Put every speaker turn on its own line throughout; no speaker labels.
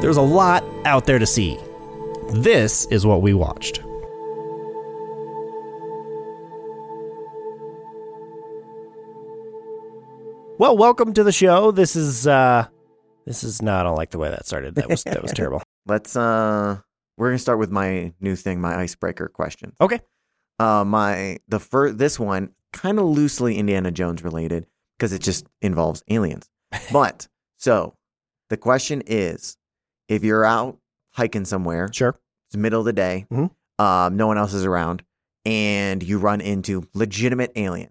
There's a lot out there to see. This is what we watched. Well, welcome to the show. This is uh this is no, I don't like the way that started. That was that was terrible.
Let's uh we're going to start with my new thing, my icebreaker question.
Okay.
Uh my the first this one kind of loosely Indiana Jones related because it just involves aliens. But so the question is if you're out hiking somewhere
Sure.
It's the middle of the day.
Mhm.
Um, no one else is around, and you run into legitimate aliens,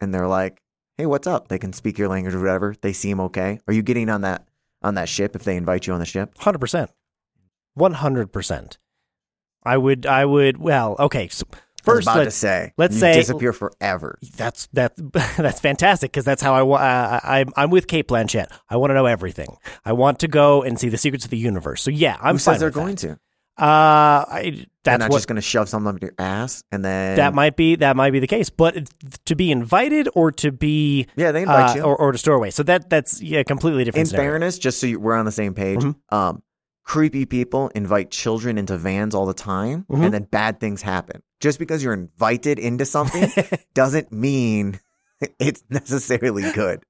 and they're like, "Hey, what's up?" They can speak your language or whatever. They seem okay. Are you getting on that on that ship if they invite you on the ship?
100%. 100%. I would I would well, okay. So
I was
first
about
let's
to say,
let's
you
say-
disappear forever.
that's that that's fantastic because that's how I wa- uh, I I'm- I'm with Kate Blanchett. I want to know everything. I want to go and see the secrets of the universe. So yeah, I'm fine
Who says they're
with
going
that.
to?
Uh, I,
They're
that's
not
what
just going to shove something up your ass, and then
that might be. That might be the case. But it- to be invited or to be
yeah, they invite
uh,
you.
or or to store away. So that that's yeah, completely different.
In
scenario.
fairness, just so you, we're on the same page,
Mhm.
um, creepy people invite children into vans all the time,
Mhm.
and then bad things happen. Just because you're invited into something doesn't mean it's necessarily good.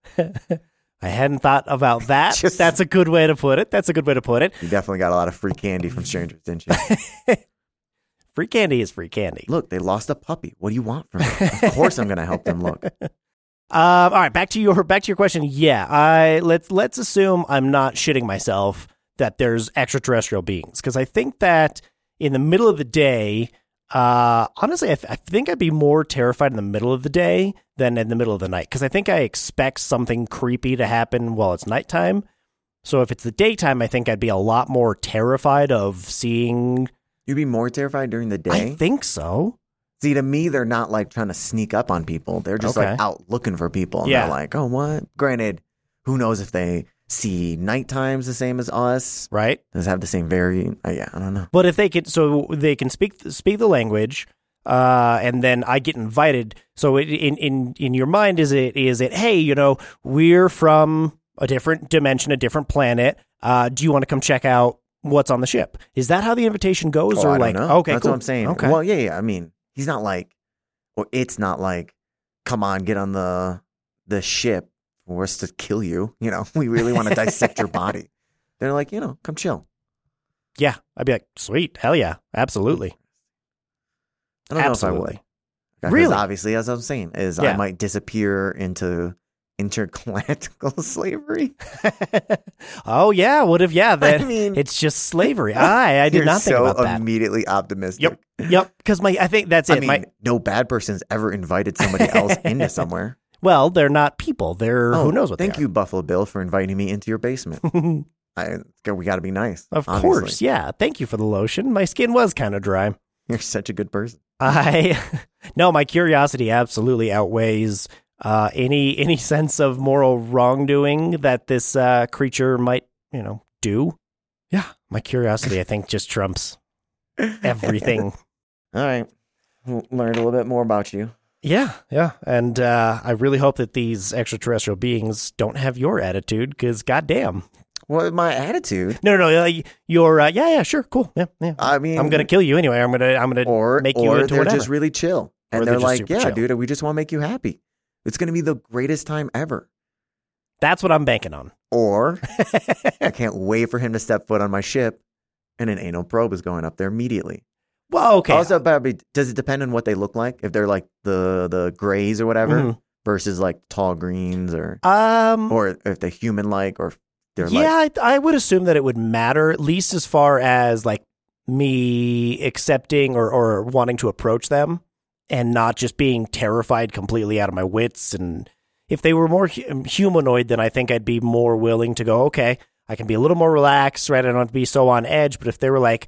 I hadn't thought about that.
Just-
that's a good way to put it. That's a good way to put it.
You definitely got a lot of free candy from strangers, didn't you?
Free candy is free candy.
Look, they lost a puppy. What do you want from me? Of course, I'm going to help them. Look,
Um, all right, back to your back to your question. Yeah, I let's let's assume I'm not shitting myself that there's extraterrestrial beings because I think that in the middle of the day, uh, honestly, I, th- I think I'd be more terrified in the middle of the day than in the middle of the night because I think I expect something creepy to happen while it's nighttime. So if it's the daytime, I think I'd be a lot more terrified of seeing.
you'd be more terrified during the
I
day.
think so.
See, to me, they're not like trying to sneak up on people. They're just
Okay.
like out looking for people. And
Yeah.
They're like, oh, what? Granted, who knows if they see night times the same as us?
Right.
Does it have the same vari? Uh, yeah, I don't know.
But if they can, so they can speak speak the language, uh, and then I get invited. So it, in in in your mind, is it is it? Hey, you know, we're from a different dimension, a different planet. Uh, do you want to come check out what's on the ship? Is that how the invitation goes,
Oh,
or
I don't
like
know.
okay,
that's
cool.
what I'm saying.
Okay,
Well, yeah, yeah. I mean, he's not like, or it's not like, come on, get on the the ship for us to kill you. You know, we really want to dissect your body. They're like, you know, come chill.
yeah, I'd be like, sweet, hell yeah, absolutely,
I don't
absolutely.
know if I would. 'Cause
Really?
Obviously, as I'm saying, is
Yeah.
I might disappear into intergalactical slavery.
oh yeah, would have yeah. That
I mean,
it's just slavery. I I did
you're
not think
so
about that.
immediately optimistic.
Yep. Yep, because my I think that's it.
I mean,
my,
no bad person's ever invited somebody else into somewhere.
well, they're not people. They're who knows what.
Oh, Thank
they
you, Buffalo Bill, for inviting me into your basement.
you.
I, we got to be nice.
Of
obviously.
course, yeah. Thank you for the lotion. My skin was kind of dry.
You're such a good person.
I no, my curiosity absolutely outweighs uh, any any sense of moral wrongdoing that this uh, creature might you know do. Yeah, my curiosity, I think, just trumps everything.
All right. L- Learned a little bit more about you.
yeah, yeah, and uh, I really hope that these extraterrestrial beings don't have your attitude, because goddamn,
Well, my attitude.
no, no, no, like your uh, yeah, yeah, sure, cool, yeah, yeah.
I mean,
I'm gonna kill you anyway. I'm gonna, I'm gonna
or
make you
or
into
they're
whatever.
just really chill,
Or they're
and they're,
just
like,
super
"Yeah,
chill.
dude, we just want to make you happy. It's gonna be the greatest time ever."
That's what I'm banking on.
Or I can't wait for him to step foot on my ship, and an anal probe is going up there immediately.
Well, okay.
Also, probably does it depend on what they look like? If they're like the the grays or whatever,
Mhm.
versus like tall greens or
um,
or if they're human like or if they're
yeah,
like
I, I would assume that it would matter, at least as far as like me accepting or, or wanting to approach them and not just being terrified completely out of my wits. And if they were more hu- um, humanoid, then I think I'd be more willing to go. Okay, I can be a little more relaxed, right? I don't have to be so on edge. But if they were like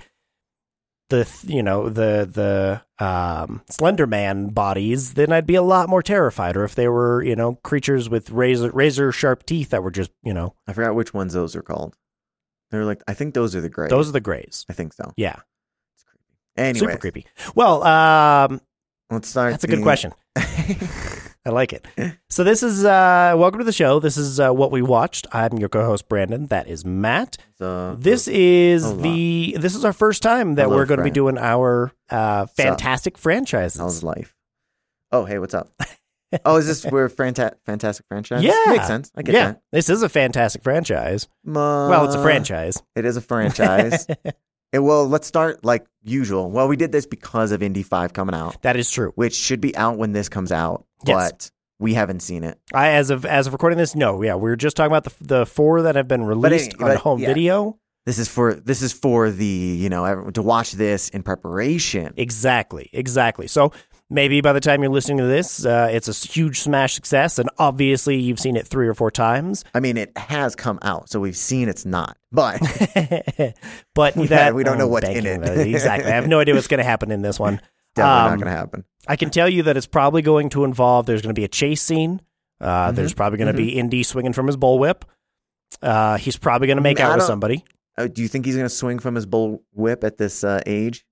the th- you know the the um, Slender Man bodies, then I'd be a lot more terrified. Or if they were you know creatures with razor razor sharp teeth that were just you know
I forgot which ones those are called. They're like I think those are the gray.
those are the grays.
I think so.
Yeah,
It's creepy. Anyway,
super creepy. Well, um,
let's start.
that's a good
the-
question. I like it. So this is uh, welcome to the show. This is uh, what we watched. I'm your co-host Brandon. That is Matt.
So,
This is
Hello.
the this is our first time that
Hello,
we're going to be
friend.
doing our uh, fantastic
How's
franchises.
life? Oh, hey, what's up? oh, is this we're fanta- fantastic franchise?
Yeah.
makes sense. I get
yeah,
that. Uh,
this is a fantastic franchise.
Ma-
well, it's a franchise.
It is a franchise. Eh, well, let's start like usual. Well, we did this because of Indy Five coming out,
That is true.
which should be out when this comes out,
Yes.
but we haven't seen it.
I as of as of recording this, no, yeah, we were just talking about the the four that have been released
anyway,
on
but-
home
yeah.
video.
This is for this is for the you know everyone to watch this in preparation.
Exactly, exactly. So maybe by the time you're listening to this, uh, it's a huge smash success, and obviously you've seen it three or four times.
I mean, it has come out, so we've seen it's not, but
but
Yeah,
that
we don't know
I'm
what's in
banking
it.
on exactly, I have no idea what's going to happen in this one.
definitely
Um,
not going to happen.
I can tell you that it's probably going to involve. There's going to be a chase scene. Uh,
Mhm.
There's probably going to be Indy swinging from his bullwhip. Uh, he's probably going to make
Mm, I
out with
don't-
somebody.
Oh, do you think he's going to swing from his bull whip at this uh, age?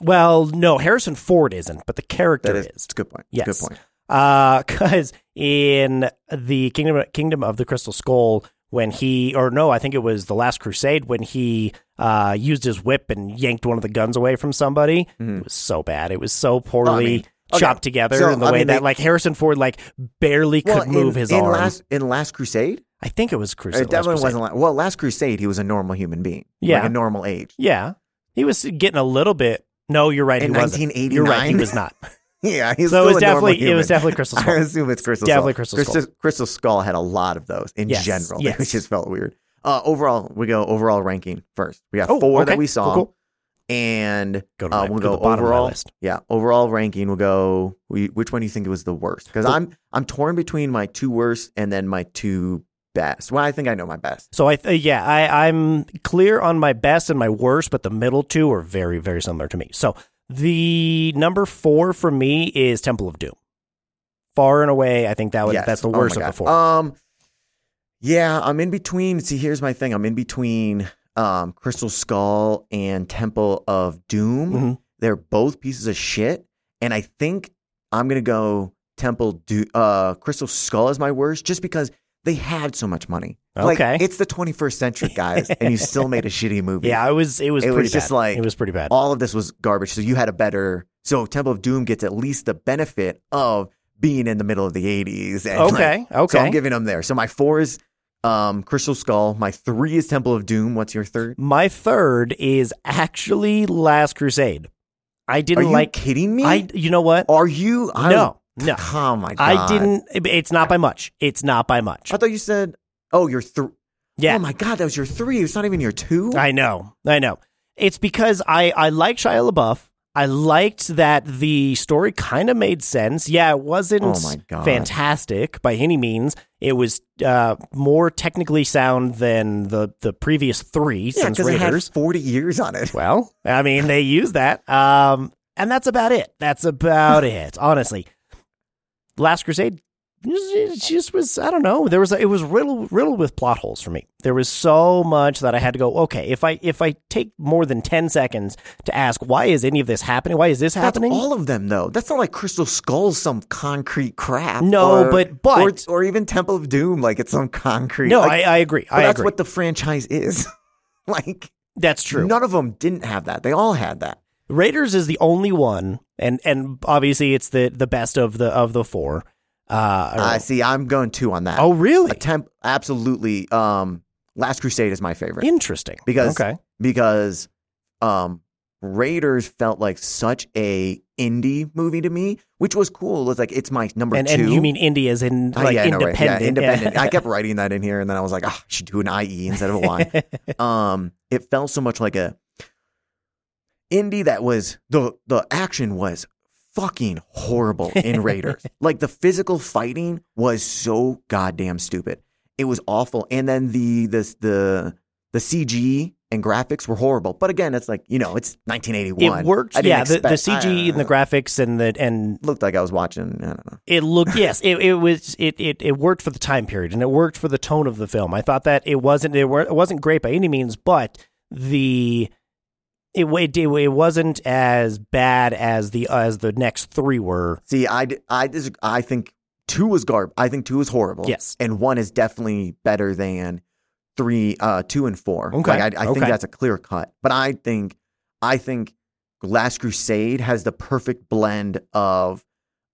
Well, no, Harrison Ford isn't, but the character
That is,
is.
It's a good point.
Yes.
Good point.
because Uh, in the kingdom kingdom of the crystal skull when he or no i think it was the last crusade when he uh, used his whip and yanked one of the guns away from somebody
Mhm.
it was so bad it was so poorly
Well, I mean, okay.
chopped together
So,
in the
I
way
mean,
that
they-
like harrison ford like barely could
Well,
move
in,
his
in
arm
Last, in Last Crusade,
i think it was crusade
it
Last
definitely
Crusade.
wasn't. La- well, Last Crusade, he was a normal human being,
Yeah.
like a normal age.
yeah he was getting a little bit no you're right
In
he wasn't you're right he
1989?
was not
yeah, he's
so
still
it was
a normal
definitely it
human.
was definitely crystal
I
skull
assume it's Crystal
Definitely
Skull.
Crystal Skull.
Crystal, Crystal Skull had a lot of those in
Yes,
general,
yes.
which just felt weird. Uh, overall, we go overall ranking first. We got
Oh,
four that
okay.
we
Cool,
saw,
cool.
and
go to,
uh,
my-
we'll
to
go
the bottom of
overall.
my list
yeah, overall ranking. We'll go. We, which one do you think was the worst? Because
The-
I'm I'm torn between my two worst and then my two best. Well, I think I know my best.
So I th- yeah I I'm clear on my best and my worst, but the middle two are very very similar to me. So the number four for me is Temple of Doom. Far and away, I think that was
Yes.
that's the
Oh my
worst of
God.
the four.
Um, yeah, I'm in between. See, here's my thing. I'm in between um, Crystal Skull and Temple of Doom.
Mhm.
They're both pieces of shit, and I think I'm gonna go Temple Do uh, Crystal Skull is my worst, just because they had so much money.
Okay.
like, it's the 21st century, guys, and you still made a shitty movie.
yeah, it was it was
It
pretty
was just
bad.
like-
it was pretty bad.
all of this was garbage. So you had a better. So Temple of Doom gets at least the benefit of being in the middle of the 80s. And like,
Okay, okay.
so I'm giving them there. So my four is um, Crystal Skull. My three is Temple of Doom. What's your third?
my third is actually Last Crusade. I didn't
Are you
like
kidding me?
I you know what?
Are you? I,
no, no.
Oh my god!
I didn't it's not by much. It's not by much.
I thought you said. Oh, your three.
Yeah.
Oh my god, that was your three. It's not even your two.
I know. I know. It's because I, I like Shia LaBeouf. I liked that the story kind of made sense. Yeah, it wasn't
Oh my God.
fantastic by any means. It was uh, more technically sound than the, the previous three
yeah,
since
because it had
Raiders.
forty years on it.
Well, I mean, they use that. Um, and that's about it. That's about it, honestly. Last Crusade it just was I don't know. There was it was riddled riddled with plot holes for me. There was so much that I had to go, okay, if I if I take more than 10 seconds to ask why is any of this happening? Why is this
That's
happening?
all of them, though. That's not like Crystal Skull's some concrete crap.
No,
or-
but- but-
or, or even Temple of Doom, like it's some concrete.
no,
like,
I, I agree.
but
I
that's
agree.
what the franchise is. like
that's true.
none of them didn't have that. They all had that.
Raiders is the only one and and obviously it's the the best of the of the four. Uh,
I see. I'm going two on that.
oh really?
Attempt absolutely. Um, Last Crusade is my favorite
Interesting.
Because-
okay.
because um, Raiders felt like such a indie movie to me, which was cool. It's like it's my number
and,
two.
and you mean India is in
Ah,
like
yeah, I know, right.
independent?
Yeah, independent. I kept writing that in here, and then I was like, ah, I should do an IE instead of a Y. um, it felt so much like a indie that was the the action was fucking horrible in Raiders. like the physical fighting was so goddamn stupid. It was awful. And then the the the the CG and graphics were horrible. But again, it's like you know, it's 1981.
It worked.
I didn't
Yeah, the, the
expect- uh,
CG
I-
and the graphics and the and
looked like I was watching. I don't know.
it looked yes, it, it was it, it it worked for the time period and it worked for the tone of the film. I thought that it wasn't it, were, it wasn't great by any means, but the it, wa- it it wasn't as bad as the as the next three were.
See, I d- I dis- I think two was garb. I think two is horrible.
Yes.
and one is definitely better than three, uh, two and four.
Okay.
Like, I, I think
Okay.
that's a clear cut. But I think I think Last Crusade has the perfect blend of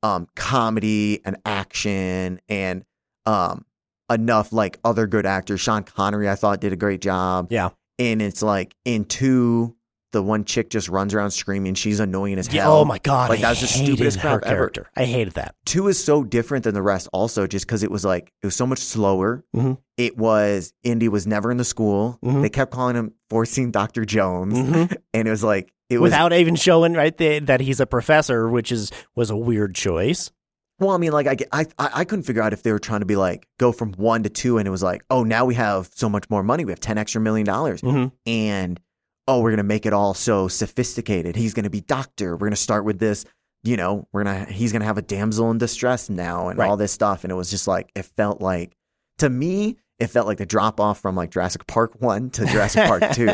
um comedy and action and um enough like other good actors. Sean Connery, I thought, did a great job.
Yeah.
and it's like in two. The one chick just runs around screaming. She's annoying as
Yeah,
hell.
oh my god,
Like,
I
that was the
hated
stupidest
her
crap ever.
character. I hated that.
two is so different than the rest also just because it was like it was so much slower
Mhm.
it was indy was never in the school
Mhm.
they kept calling him forcing dr jones
Mhm.
and it was like it was
Without even showing right the, that he's a professor, which is was a weird choice.
well i mean like I, get- I i I couldn't figure out if they were trying to be like go from one to two and it was like oh now we have so much more money we have 10 extra million dollars
Mm-hmm.
and oh, we're going to make it all so sophisticated. He's going to be doctor. We're going to start with this, you know, we're going to, he's going to have a damsel in distress now and
Right.
all this stuff. And it was just like, it felt like, to me, it felt like the drop off from like Jurassic Park 1 to Jurassic Park 2.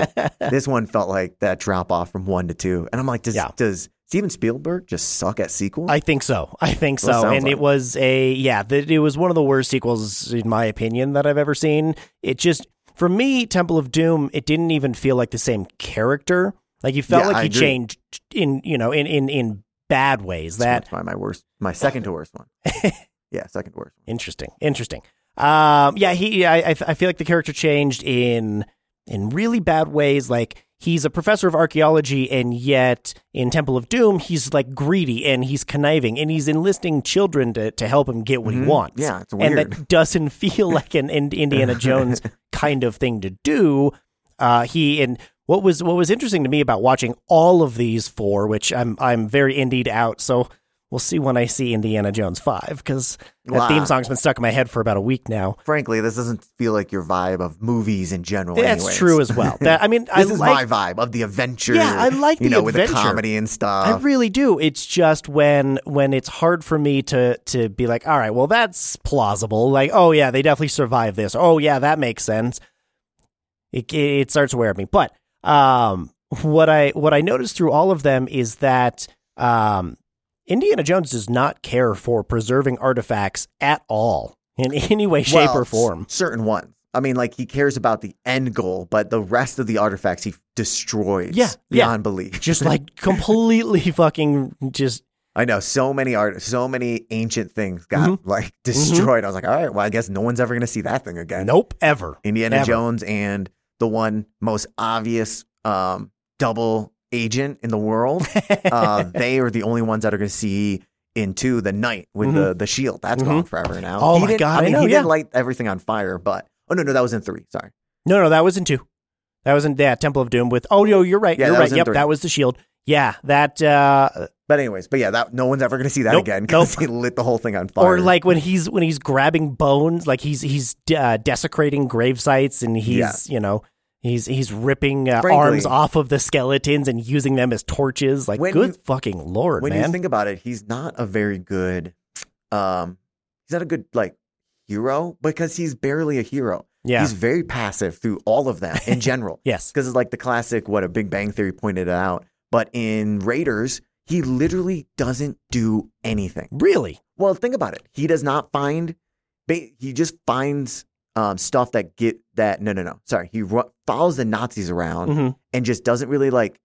This one felt like that drop off from 1 to 2. And I'm like, does,
Yeah.
does Steven Spielberg just suck at sequels?
I think so. I think
Well, it
so.
sounds
And
like
it
it.
was a yeah, th it was one of the worst sequels in my opinion that I've ever seen. It just for me, Temple of Doom, it didn't even feel like the same character. Like you felt
Yeah,
like
I
he
agree.
changed in you know in in in bad ways. That
That's probably my worst, my second to worst one. yeah, second to worst.
Interesting. Interesting. Um, yeah, he. I, I I feel like the character changed in in really bad ways. Like he's a professor of archaeology, and yet in Temple of Doom, he's like greedy and he's conniving, and he's enlisting children to to help him get what
Mhm.
he wants.
Yeah, it's
and
weird.
that doesn't feel like an, an Indiana Jones kind of thing to do. Uh, he and what was what was interesting to me about watching all of these four, which I'm I'm very indied out, so we'll see when I see Indiana Jones five because that
Wow.
theme song's been stuck in my head for about a week now.
Frankly, this doesn't feel like your vibe of movies in general.
That's
anyways.
true as well. That I mean, I
This is
like
my vibe of the adventure.
Yeah, I like
you
the
know with the
adventure.
comedy and
I
stuff.
really do. It's just when when it's hard for me to to be like, all right, well that's plausible. Like, oh yeah, they definitely survived this. Oh yeah, that makes sense. It it it starts to wear at me. But um, what I what I noticed through all of them is that um, Indiana Jones does not care for preserving artifacts at all in any way, shape,
Well,
or form.
s- certain ones. I mean, like he cares about the end goal, but the rest of the artifacts he destroys.
Yeah,
beyond belief.
Just like completely fucking just
I know so many art, so many ancient things got
Mm-hmm.
like destroyed. I was like, all right, well, I guess no one's ever going to see that thing again.
nope ever.
Indiana
Ever.
Jones and the one most obvious um, double agent in the world. uh, they are the only ones that are going to see into the night with the, the shield. That's gone forever now.
Mm-hmm. Oh
He
my
didn't-
God,
I
I
mean,
know,
he didn't
yeah.
light everything on fire, but oh no, no, that was in three. Sorry,
No, no, that was in two. That was in yeah, Temple of Doom with. Oh no, you're right.
Yeah,
you're
that was
right.
in
Yep,
three.
that was the shield. Yeah, that uh,
but anyways, but yeah, that no one's ever going to see that
Nope,
again because
nope.
he lit the whole thing on fire.
or like when he's when he's grabbing bones, like he's he's uh, desecrating grave sites and he's you know he's he's ripping uh,
Frankly-
arms off of the skeletons and using them as torches. Like
When
good
you-
fucking lord,
when
man.
you think about it, he's not a very good, um, he's not a good like hero because he's barely a hero.
yeah.
He's very passive through all of them in general.
yes.
because it's like the classic what a Big Bang Theory pointed it out. But in Raiders, he literally doesn't do anything.
Really.
Well, think about it. He does not find. ba- He just finds um, stuff that get that. No, no, no. Sorry. He ru- follows the Nazis around
Mhm.
and just doesn't really like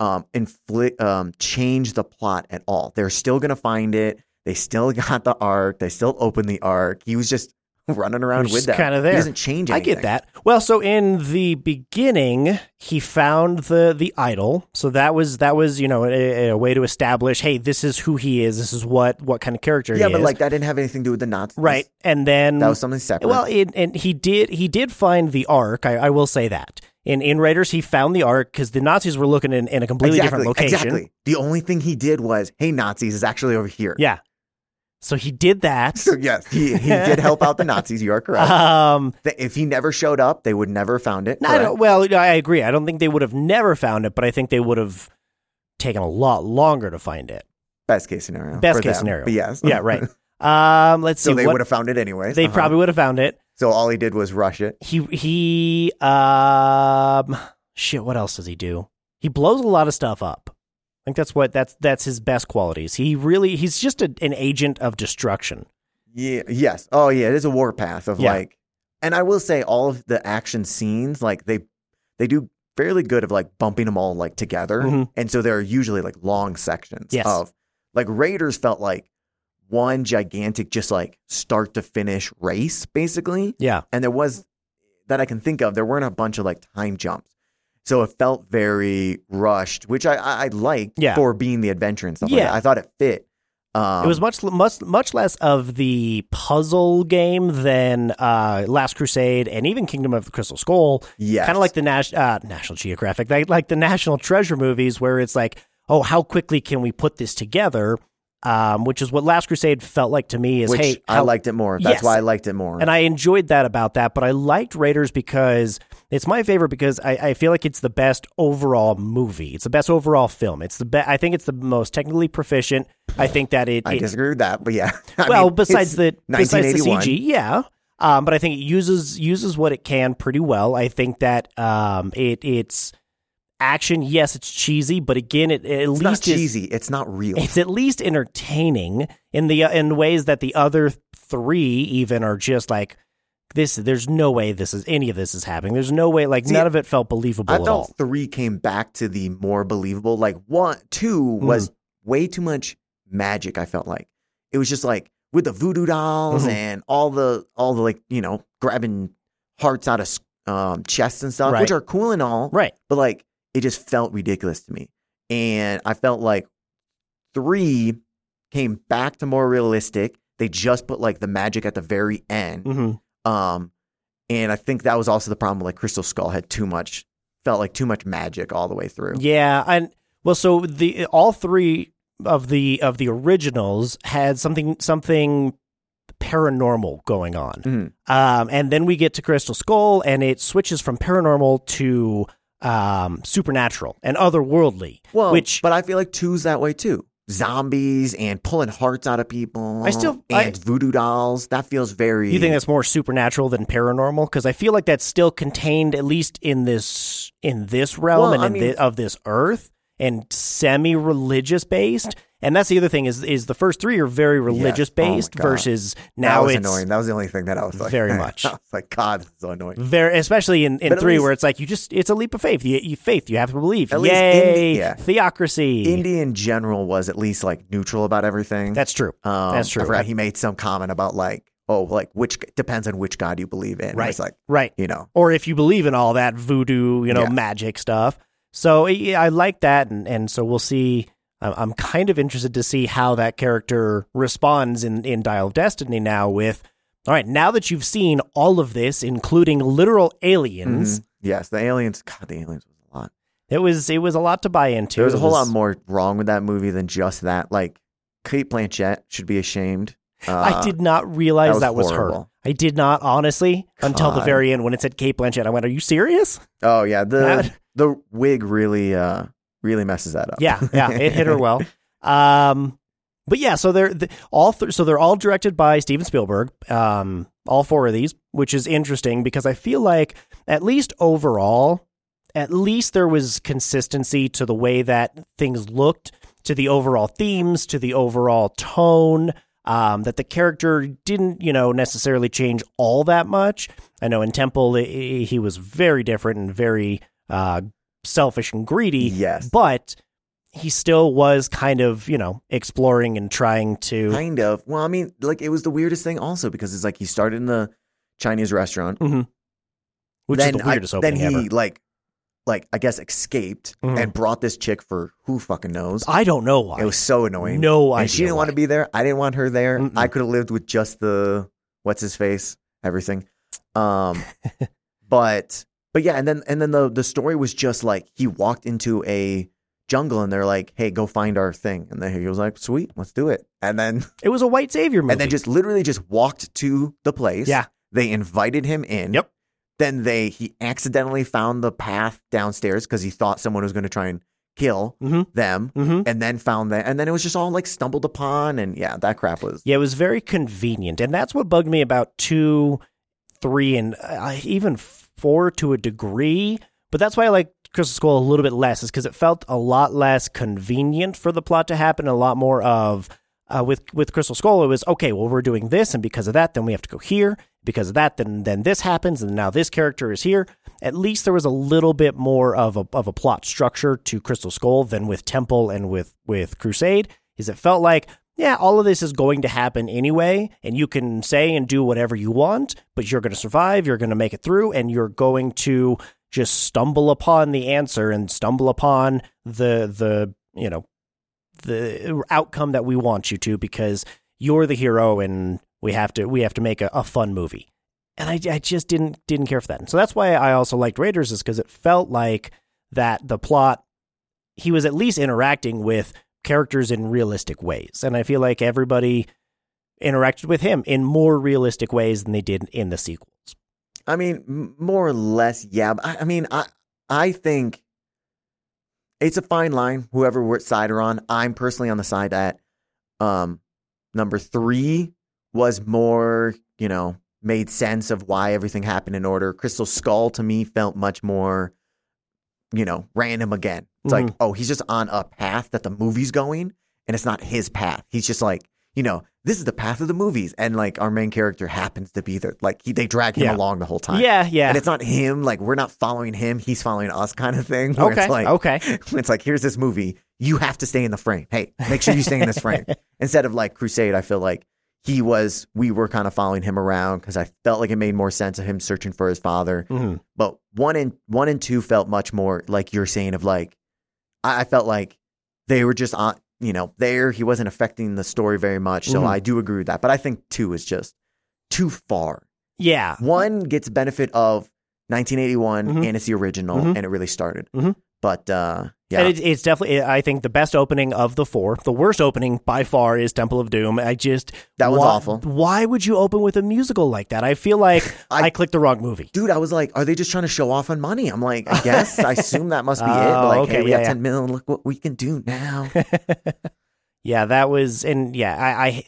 um, inflict um, change the plot at all. They're still gonna find it. They still got the arc. They still open the arc. He was just running around
He's
with them.
kinda there.
He doesn't change.
I
Anything.
get that. Well, so in the beginning, he found the the idol. So that was that was you know a, a way to establish, hey, this is who he is. This is what what kind of character.
Yeah,
he
but
is.
like that didn't have anything to do with the Nazis.
right, and then
Mm. That was something separate.
well, it, and he did he did find the ark. I, I will say that in in Raiders, he found the Ark because the Nazis were looking in, in a completely different location.
Exactly. The only thing he did was, "Hey, Nazis is actually over here."
Yeah. So he did that.
So yes, he, he did help out the Nazis. You are correct.
um,
Th- if he never showed up, they would never have found it.
no, I
correct?
don't- well, I agree. I don't think they would have never found it, but I think they would have taken a lot longer to find it.
Best case scenario.
Best
for
case
them.
scenario.
But yes.
Yeah, right. Um, let's see.
so they
what-
would have found it anyways.
they
Uh-huh.
probably would have found it.
So all he did was rush it.
He he um shit, what else does he do? He blows a lot of stuff up. I think that's what that's that's his best qualities. He really he's just a, an agent of destruction.
Yeah. Yes. Oh yeah. It is a war path of
Yeah.
like, and I will say all of the action scenes, like they, they do fairly good of like bumping them all like together,
Mhm.
and so there are usually like long sections
Yes.
of like Raiders felt like one gigantic just like start to finish race basically,
Yeah.
and there was that I can think of there weren't a bunch of like time jumps. So it felt very rushed, which I I, I liked
Yeah.
for being the adventure and stuff. like
Yeah.
that. I thought it fit. Um,
it was much much much less of the puzzle game than uh Last Crusade and even Kingdom of the Crystal Skull.
yes.
Kind of like the Nash, uh, National Geographic, like, like the National Treasure movies, where it's like, oh, how quickly can we put this together? Um, which is what Last Crusade felt like to me. Is
which
hey,
I
how-
liked it more. That's
Yes.
why I liked it more.
And I enjoyed that about that, but I liked Raiders because it's my favorite because I, I feel like it's the best overall movie. It's the best overall film. It's the be- I think it's the most technically proficient. I think that it,
I
it-
disagree with that, but yeah. I
well,
mean,
besides the
it's
besides the
1981.
CG, yeah. Um, but I think it uses uses what it can pretty well. I think that um, it it's action. Yes, it's cheesy, but again, it, it at
it's not
least is
cheesy. It's not real.
it's at least entertaining in the in ways that the other three even are just like this. There's no way this is any of this is happening. There's no way like
See,
none of it felt believable
I
at all.
felt three came back to the more believable. Like one, two
Hmm.
was way too much magic. I felt like it was just like with the voodoo dolls
Mhm.
and all the all the like you know grabbing hearts out of s- um, chests and stuff,
Right.
which are cool and all.
Right?
but like it just felt ridiculous to me. And I felt like three came back to more realistic. They just put like the magic at the very end.
hmm
Um, and I think that was also the problem. Like Crystal Skull had too much, felt like too much magic all the way through.
Yeah, and well, so the all three of the of the originals had something something paranormal going on,
Mhm.
um, and then we get to Crystal Skull, and it switches from paranormal to um, supernatural and otherworldly.
Well,
which
but I feel like two's that way too. Zombies and pulling hearts out of people.
I still- I-
and voodoo dolls. That feels very.
You think that's more supernatural than paranormal? Because I feel like that's still contained, at least in this in this realm
Well,
and
I
in
mean-
thi- of this earth, and semi-religious based. And that's the other thing is is the first three are very religious
Oh my
based
God.
versus
that
now
was
it's
annoying. That was the only thing that I was like
Very much.
I was like, God, this is so annoying.
very especially in, in
But at
three
least-
where it's like you just it's a leap of faith. You, you faith you have to believe.
At least in the-
Yay,
yeah.
theocracy.
Indy in general was at least like neutral about everything.
that's true.
um,
that's true.
I forgot he made some comment about like, oh, like which depends on which god you believe in.
Right.
It's like
Right.
you know,
or if you believe in all that voodoo, you know,
Yeah.
magic stuff. So yeah, I like that, and, and so we'll see. I'm- I'm kind of interested to see how that character responds in, in Dial of Destiny now. With all right, now that you've seen all of this, including literal aliens,
Mhm. yes, the aliens. God, the aliens was a lot.
it was it was a lot to buy into.
Mm-hmm. There was a
It
whole
was-
lot more wrong with that movie than just that. Like, Kate Blanchett should be ashamed. Uh,
I did not realize that was, her.
horrible.
I did not honestly until the
God.
very end when it said Kate Blanchett. I went, "Are you serious?"
Oh yeah, the
That-
the wig really uh really messes that up.
Yeah, yeah, it hit her well. Um, but yeah, so they're th- all th- so they're all directed by Steven Spielberg. Um, all four of these, which is interesting because I feel like at least overall, at least there was consistency to the way that things looked, to the overall themes, to the overall tone. Um, that the character didn't, you know, necessarily change all that much. I know in Temple i- i- he was very different and very uh, selfish and greedy
Yes.
but he still was kind of you know exploring and trying to
Kind of. Well, I mean, like it was the weirdest thing also because it's like he started in the Chinese restaurant.
which
then
is the weirdest
I,
opening
Then he
ever
like like I guess escaped
Mhm.
and brought this chick for who fucking knows.
i don't know why
It was so annoying.
Oh no idea
and she didn't
why.
want to be there. I didn't want her there.
Mm-mm.
I could have lived with just the what's his face, everything. Um, but But yeah, and then and then the the story was just like he walked into a jungle and they're like, "Hey, go find our thing," and then he was like, "Sweet, let's do it." And then
It was a white savior movie.
and then just literally just walked to the place.
Yeah.
they invited him in.
Yep.
Then they he accidentally found the path downstairs because he thought someone was going to try and kill
Mhm.
them,
hmm
and then found that, and then it was just all like stumbled upon, and yeah, that crap was
Yeah, it was very convenient, and that's what bugged me about two, three, and uh, even four to a degree. But that's why I like Crystal Skull a little bit less, is because it felt a lot less convenient for the plot to happen, a lot more of. Uh, with with Crystal Skull, it was okay. Well, we're doing this, and because of that, then we have to go here. Because of that, then then this happens, and now this character is here. At least there was a little bit more of a of a plot structure to Crystal Skull than with Temple and with with Crusade. Is it felt like yeah, all of this is going to happen anyway, and you can say and do whatever you want, but you're going to survive, you're going to make it through, and you're going to just stumble upon the answer and stumble upon the the you know the outcome that we want you to because you're the hero and we have to we have to make a, a fun movie. And I, I just didn't didn't care for that. And so that's why I also liked Raiders is because it felt like that the plot he was at least interacting with characters in realistic ways. And I feel like everybody interacted with him in more realistic ways than they did in the sequels.
I mean, m- more or less, yeah. But I, I mean, I I think it's a fine line. Whoever what side are on, I'm personally on the side that um, number three was more, you know, made sense of why everything happened in order. Crystal Skull to me felt much more, you know, random again. It's like, oh, he's just on a path that the movie's going, and it's not his path. He's just like, you know, this is the path of the movies, and like our main character happens to be there. Like he, they drag him
Yeah.
along the whole time.
Yeah, yeah.
And it's not him, like we're not following him, he's following us kind of thing. where
okay.
It's like
okay.
it's like here's this movie, you have to stay in the frame. Hey, make sure you stay in this frame. Instead of like Crusade, I feel like he was we were kind of following him around because I felt like it made more sense of him searching for his father.
Mhm.
But one and one and two felt much more like you're saying of like I, I felt like they were just on you know, there he wasn't affecting the story very much. So
Mhm.
I do agree with that. But I think two is just too far
Yeah.
one gets benefit of 1981
Mhm.
and it's the original
Mhm.
and it really started
Mhm.
but uh yeah
And it, it's definitely, I think, the best opening of the four. The worst opening by far is Temple of Doom. I just.
That one's
why-
awful.
Why would you open with a musical like that? I feel like I,
I-
clicked the wrong movie.
dude i was like are they just trying to show off on money i'm like i guess i assume that must be it
Oh,
like
okay,
hey we
yeah,
got
yeah.
10 million look what we can do now
Yeah, that was. And yeah, I. I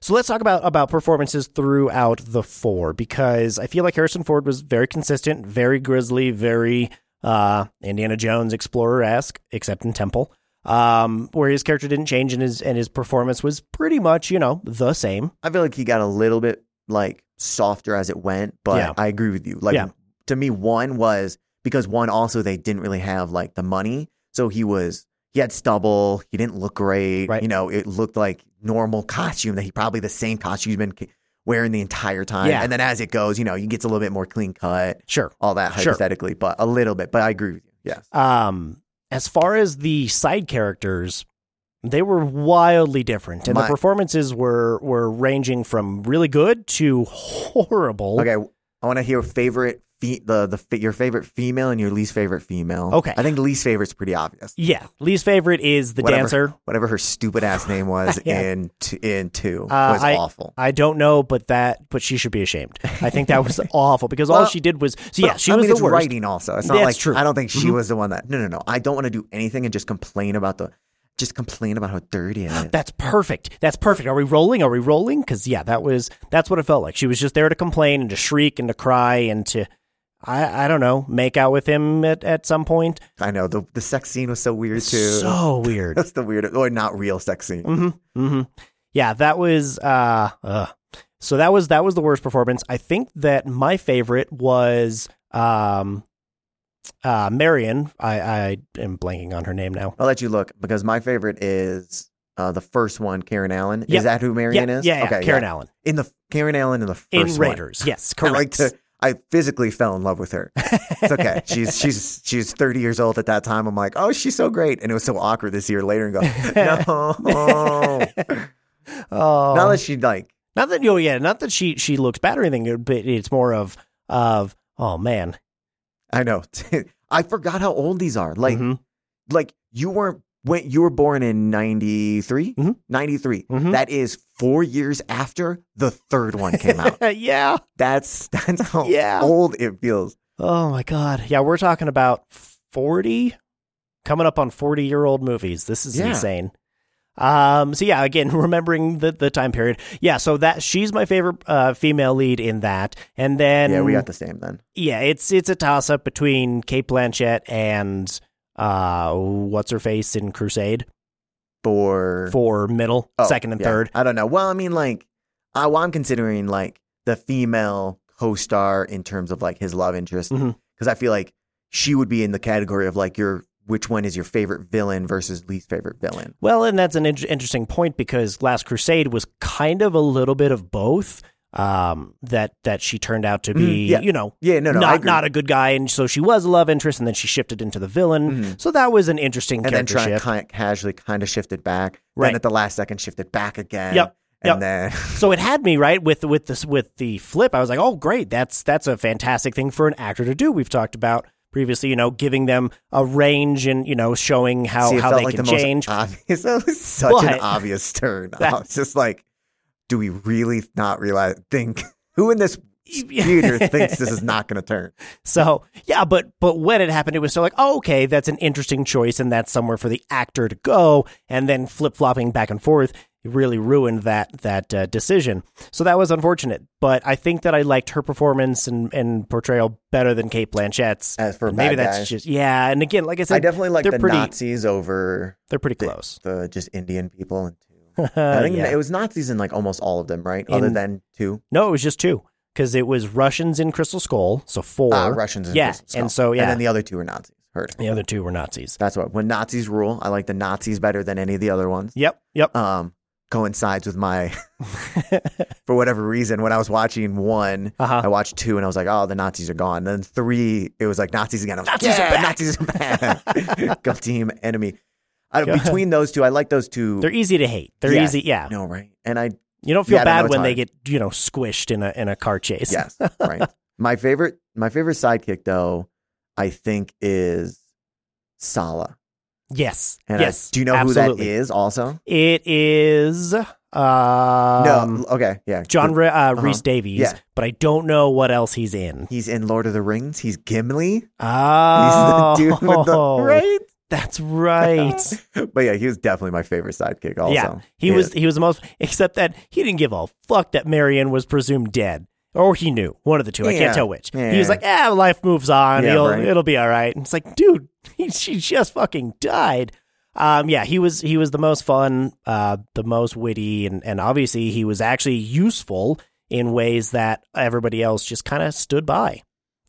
so let's talk about, about performances throughout the four because I feel like Harrison Ford was very consistent, very grisly, very uh, Indiana Jones explorer esque, except in Temple, um, where his character didn't change and his and his performance was pretty much you know the same.
i feel like he got a little bit like softer as it went but
Yeah.
i agree with you like
Yeah.
to me one was because one also they didn't really have like the money so he was he had stubble he didn't look great
Right.
you know it looked like normal costume that he probably the same costume he's been c- wearing the entire time
Yeah.
and then as it goes you know he gets a little bit more clean cut
Sure,
all that
Sure.
hypothetically but a little bit but i agree with you yes
Um, as far as the side characters, they were wildly different, and
My-
the performances were were ranging from really good to horrible.
okay i want to hear favorite fe- the the fe- your favorite female and your least favorite female
Okay.
i think the least favorite's pretty obvious
Yeah, least favorite is the
Whatever.
dancer.
whatever her stupid ass name was
Yeah.
in t- in 2
Uh,
was
I-
awful
I don't know, but that but she should be ashamed. I think that was awful because all
Well,
she did was so yeah,
But,
she
I
was
mean,
the
it's
worst.
writing also. It's not
That's
like
true.
I don't think she
Mhm.
was the one that. No, no, no. I don't want to do anything and just complain about the. Just complain about how dirty it is.
That's perfect. That's perfect. Are we rolling? Are we rolling? Because yeah, that was that's what it felt like. She was just there to complain and to shriek and to cry and to I I don't know make out with him at at some point.
I know the the sex scene was so weird too.
So weird.
That's the weirdest, or not real sex scene.
Mm-hmm. Mm-hmm. Yeah, that was uh, uh so that was that was the worst performance. I think that my favorite was um uh Marion. I I am blanking on her name now.
I'll let you look because my favorite is uh, the first one, Karen Allen.
Yeah.
Is that who Marion
yeah,
is?
yeah, yeah,
okay,
Karen Allen
In the Karen Allen in the first
in
one.
Raiders. Yes,
I
correct.
like to. I physically fell in love with her. It's okay. she's she's she's thirty years old at that time. I'm like, oh, she's so great, and it was so awkward this year later and go, no.
oh,
Not that she like
not that oh yeah, not that she she looks bad or anything, but it's more of of oh man,
I know. I forgot how old these are. Like,
Mhm.
like you weren't when you were born in 93
Mhm.
93
Mhm.
That is four years after the third one came out
yeah.
that's that's how
Yeah.
old it feels
Oh my god. Yeah, we're talking about 40 coming up on 40-year-old movies. This is
Yeah.
insane. Um so yeah, again, remembering the the time period. Yeah, so that she's my favorite uh female lead in that. And then
yeah we got the same then
yeah, it's it's a toss up between Kate Blanchett and uh what's her face in Crusade
for,
for middle,
oh,
second and
yeah.
third.
i don't know well i mean like I, well, i'm considering like the female co-star in terms of like his love interest because
Mhm.
i feel like she would be in the category of like your which one is your favorite villain versus least favorite villain
Well, and that's an in- interesting point because Last Crusade was kind of a little bit of both. Um, that that she turned out to be,
Mhm, yeah.
you know,
yeah no no I
not
agree.
not a good guy, and so she was a love interest, and then she shifted into the villain.
Mhm.
So that was an interesting
and then
Mm-hmm. character
trying
shift.
kind casually kind of shifted back.
Right.
Then at the last second shifted back again.
Yep. Yep.
And then
so it had me right with with this with the flip. I was like, oh great, that's that's a fantastic thing for an actor to do. We've talked about previously, you know, giving them a range and you know showing how
see, it
how
felt
they
like
can
the
change.
most obvious. That was such
But-
an obvious turn.
That-
I was just like, do we really not realize? Think who in this theater thinks this is not going to turn?
So yeah, but but when it happened, it was still like, oh, okay, that's an interesting choice, and that's somewhere for the actor to go, and then flip flopping back and forth really ruined that that uh, decision. So that was unfortunate. But I think that I liked her performance and, and portrayal better than Kate Blanchett's.
As for
And maybe
bad
that's
guys.
just yeah. And again, like I said,
I definitely like
they're
the
pretty-
Nazis over
they're pretty close.
the just Indian people. And two. I think
yeah.
it was Nazis in like almost all of them, right? Other
In-
than two
No, it was just two because it was Russians in Crystal Skull, so four.
uh, Russians. And
yeah,
Crystal
and
Skull.
so, yeah.
and then the other two were Nazis. Heard.
The other two were Nazis.
That's what when Nazis rule. I like the Nazis better than any of the other ones.
Yep, yep.
um, coincides with my, for whatever reason, when I was watching one,
Uh-huh.
I watched two and I was like, oh, the Nazis are gone. Then three, it was like Nazis again. I was like,
Nazis are
yeah,
back."
Nazis are back. Go team, enemy. I,
Yeah.
between those two, I like those 2
They're easy to hate. They're
Yeah.
easy. Yeah.
no, right? And I,
You don't feel
Yeah, I don't know,
bad
it's
when they
hard.
get you know squished in a in a car chase.
yes, right. My favorite, my favorite sidekick though, I think is Sala.
Yes.
And I-
yes.
do you know
absolutely.
who that is also?
It is um,
no. Okay. Yeah.
John Re- uh, Reese Davies,
Yeah.
but I don't know what else he's in.
He's in Lord of the Rings. He's Gimli.
Oh,
He's the dude with the right.
That's right.
but yeah, he was definitely my favorite sidekick. Also,
yeah, he was
is.
he was the most. Except that he didn't give a fuck that Marion was presumed dead, or he knew one of the two. I
Yeah.
can't tell which. He was
Yeah.
like, "Ah, life moves on.
Yeah,
It'll
right.
it'll be all right." And it's like, dude, he, she just fucking died. Um, yeah, he was he was the most fun, uh, the most witty, and and obviously he was actually useful in ways that everybody else just kind of stood by.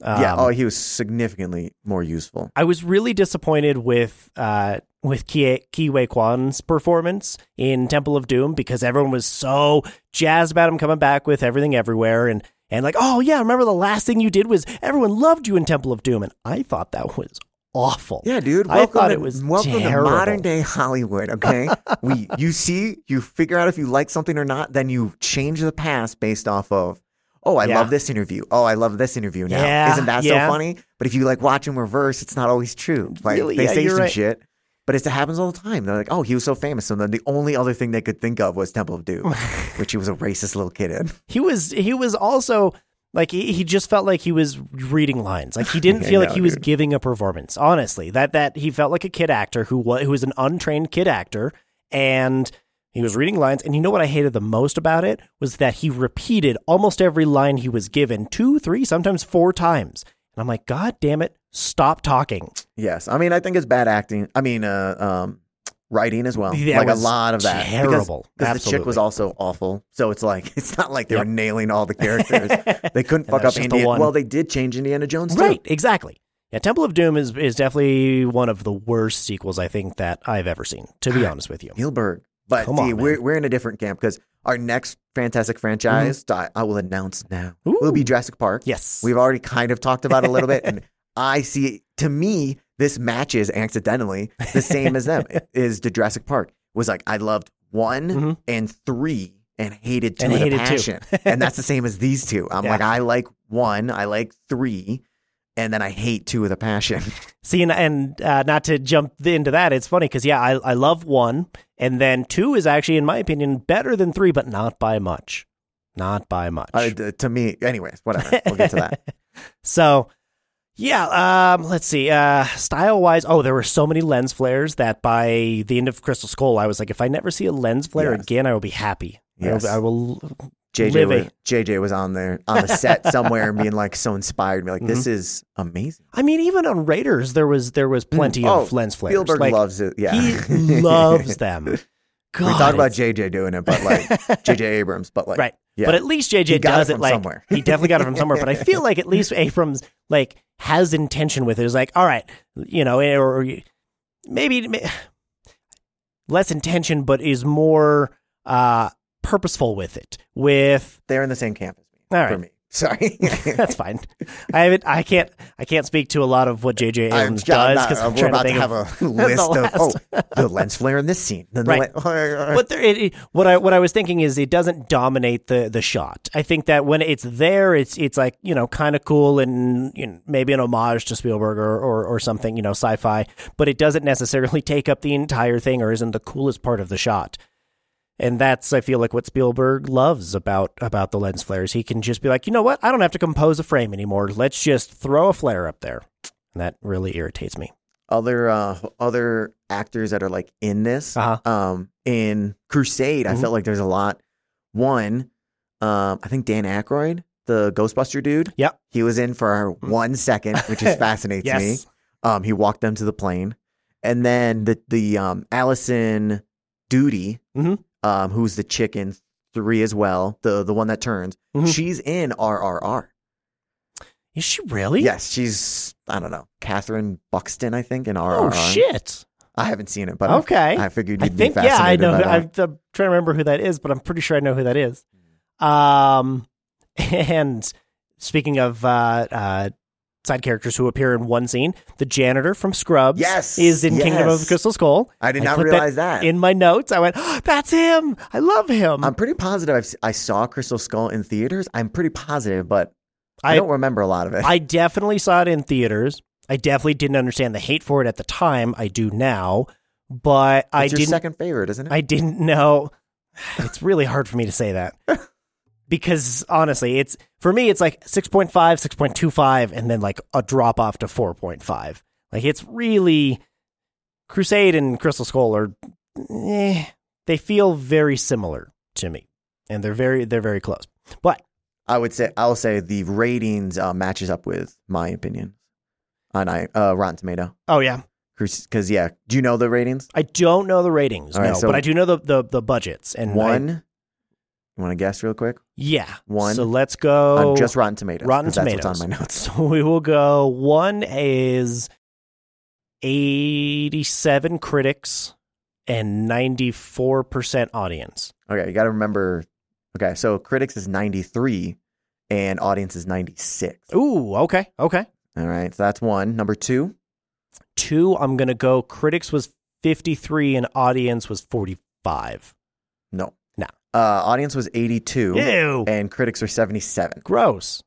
Um,
yeah. Oh, he was significantly more useful.
I was really disappointed with uh, with Ki Ki Wei Kwan's performance in Temple of Doom because everyone was so jazzed about him coming back with everything everywhere and and like oh yeah remember the last thing you did was everyone loved you in Temple of Doom and I thought that was awful
Yeah, dude.
I
Welcome
thought
to,
it was
welcome
terrible.
to modern day Hollywood. Okay, we you see, you figure out if you like something or not, then you change the past based off of. Oh, I
Yeah.
love this interview. Oh, I love this interview now.
Yeah,
Isn't that
yeah.
so funny? But if you like watch in reverse, it's not always true. Like
Really?
they
Yeah,
say
you're
some
right.
shit, but it's, it happens all the time. They're like, "Oh, he was so famous." So then the only other thing they could think of was Temple of Doom, which he was a racist little kid in.
he was he was also like he, he just felt like he was reading lines like he didn't
I
feel like
know,
he was
dude.
giving a performance honestly that that he felt like a kid actor who was who was an untrained kid actor and he was reading lines and you know what i hated the most about it was that he repeated almost every line he was given two three sometimes four times and i'm like god damn it stop talking
Yes, I mean, I think it's bad acting. I mean, uh, um, writing as well.
That
like a
was
lot of that. Because-
terrible.
Because the chick was
Absolutely.
also awful. So it's like it's not like they
Yep.
were nailing all the characters. they couldn't fuck
that's
up
just the
Indiana.
one.
Well, they did change Indiana Jones. too.
Right, exactly. Yeah, Temple of Doom is is definitely one of the worst sequels I think that I've ever seen. To be
Ah.
honest with you,
Spielberg. But
Come
see,
on, man. Mm-hmm.
we're we're in a different camp because our next fantastic franchise, I, I will announce now, will be
Ooh.
Jurassic Park.
yes,
We've already kind of talked about it a little bit, and I see to me this matches accidentally the same as them is the Jurassic Park. Was like I loved one
Mhm.
and three and hated two
And
with
hated
a
two.
passion, and that's the same as these two. I'm
Yeah.
like I like one, I like three, and then I hate two with a passion.
See, and, and uh, not to jump into that, it's funny because yeah, I I love one, and then two is actually, in my opinion, better than three, but not by much, not by much.
Uh, d- to me, anyways, whatever. We'll get to that.
So, yeah, um, let's see. Uh, style wise, oh, there were so many lens flares that by the end of Crystal Skull, I was like, if I never see a lens flare
Yes.
again, I will be happy. I will-
Yes.
I will.
JJ
Living.
was, JJ was on there on the set somewhere and being like so inspired, me
Mm-hmm.
like this is amazing.
I mean, even on Raiders, there was there was plenty
Oh,
of lens flares.
Spielberg
Like,
loves it. Yeah,
He loves them. God,
we talked about
it's-
JJ doing it, but like JJ Abrams, but like
right.
yeah.
But at least JJ
He got it
does
from
like
somewhere.
he definitely got it from somewhere. But I feel like at least Abrams like has intention with it. It's like all right, you know, eh, or or maybe may- less intention, but is more uh, purposeful with it. With
they're in the same camp as me.
All
For
right.
me, sorry.
that's fine. I haven't. I can't. I can't speak to a lot of what JJ
I'm,
Abrams
I'm
does
not-
because I'm,
we're
trying
about
to
to
think
have
of.
a list of
last-
oh the lens flare in this scene. Then the
Right.
le-
But there, it, it, what I what I was thinking is it doesn't dominate the the shot. I think that when it's there, it's it's like you know kind of cool and you know, maybe an homage to Spielberg or, or or something you know sci-fi, but it doesn't necessarily take up the entire thing or isn't the coolest part of the shot. And that's I feel like what Spielberg loves about about the lens flares. He can just be like, you know what, I don't have to compose a frame anymore. Let's just throw a flare up there, and that really irritates me.
other uh, other actors that are like in this.
Uh-huh.
Um, in Crusade, I
Mhm.
felt like there's a lot. One, um, I think Dan Aykroyd, the Ghostbuster dude.
Yep. Mm.
He was in for one second, which is fascinates me.
Yes,
Um, he walked them to the plane, and then the the um Allison Duty,
Mhm.
um, who's the chicken three as well, the the one that turns.
Mhm.
She's in RRR.
is she really?
Yes, she's I don't know Catherine Buxton, I think, in
Oh
RRR.
shit.
I haven't seen it, Uh-huh. but I-
Okay.
I figured
I
you'd
think
be
yeah, I
fascinated
know.
by
who-
that.
I'm, I'm trying to remember who that is, but I'm pretty sure I know who that is. Um, and speaking of uh, uh, side characters who appear in one scene, the janitor from Scrubs,
Yes,
is in Kingdom of
yes.
the Crystal Skull.
I did
I
not
put that
realize that.
In my notes, I went, oh, "That's him! I love him."
I'm pretty positive I've, si saw Crystal Skull in theaters. I'm pretty positive, but I,
I-
don't remember a lot of it.
I definitely saw it in theaters. I definitely didn't understand the hate for it at the time. I do now, but I
it's your
didn't.
second favorite, isn't it?
I didn't know. It's really hard for me to say that because honestly, it's for me, it's like 6.5, 6.25, and then like a drop off to 4.5. Like it's really Crusade and Crystal Skull are eh, they feel very similar to me, and they're very they're very close. But
I would say I'll say the ratings uh, matches up with my opinion on I uh, Rotten Tomato.
oh yeah,
Because yeah, do you know the ratings?
I don't know the ratings,
All right,
no,
so-
but I do know the the, the budgets and I-
One. you want to guess real quick?
yeah,
One.
So let's go.
on just Rotten Tomatoes.
Oh, Rotten
'cause That's what's on
Tomatoes.
my notes.
So we will go. One is 87 critics and 94% audience.
Okay, you got to remember. Okay, so critics is 93 and audience is 96.
Ooh, okay. Okay.
All right, so that's one. Number two,
Two, I'm going to go. Critics was 53 and audience was 45.
no.
No.
Uh, audience was 82
Ew.
and critics are 77.
Gross.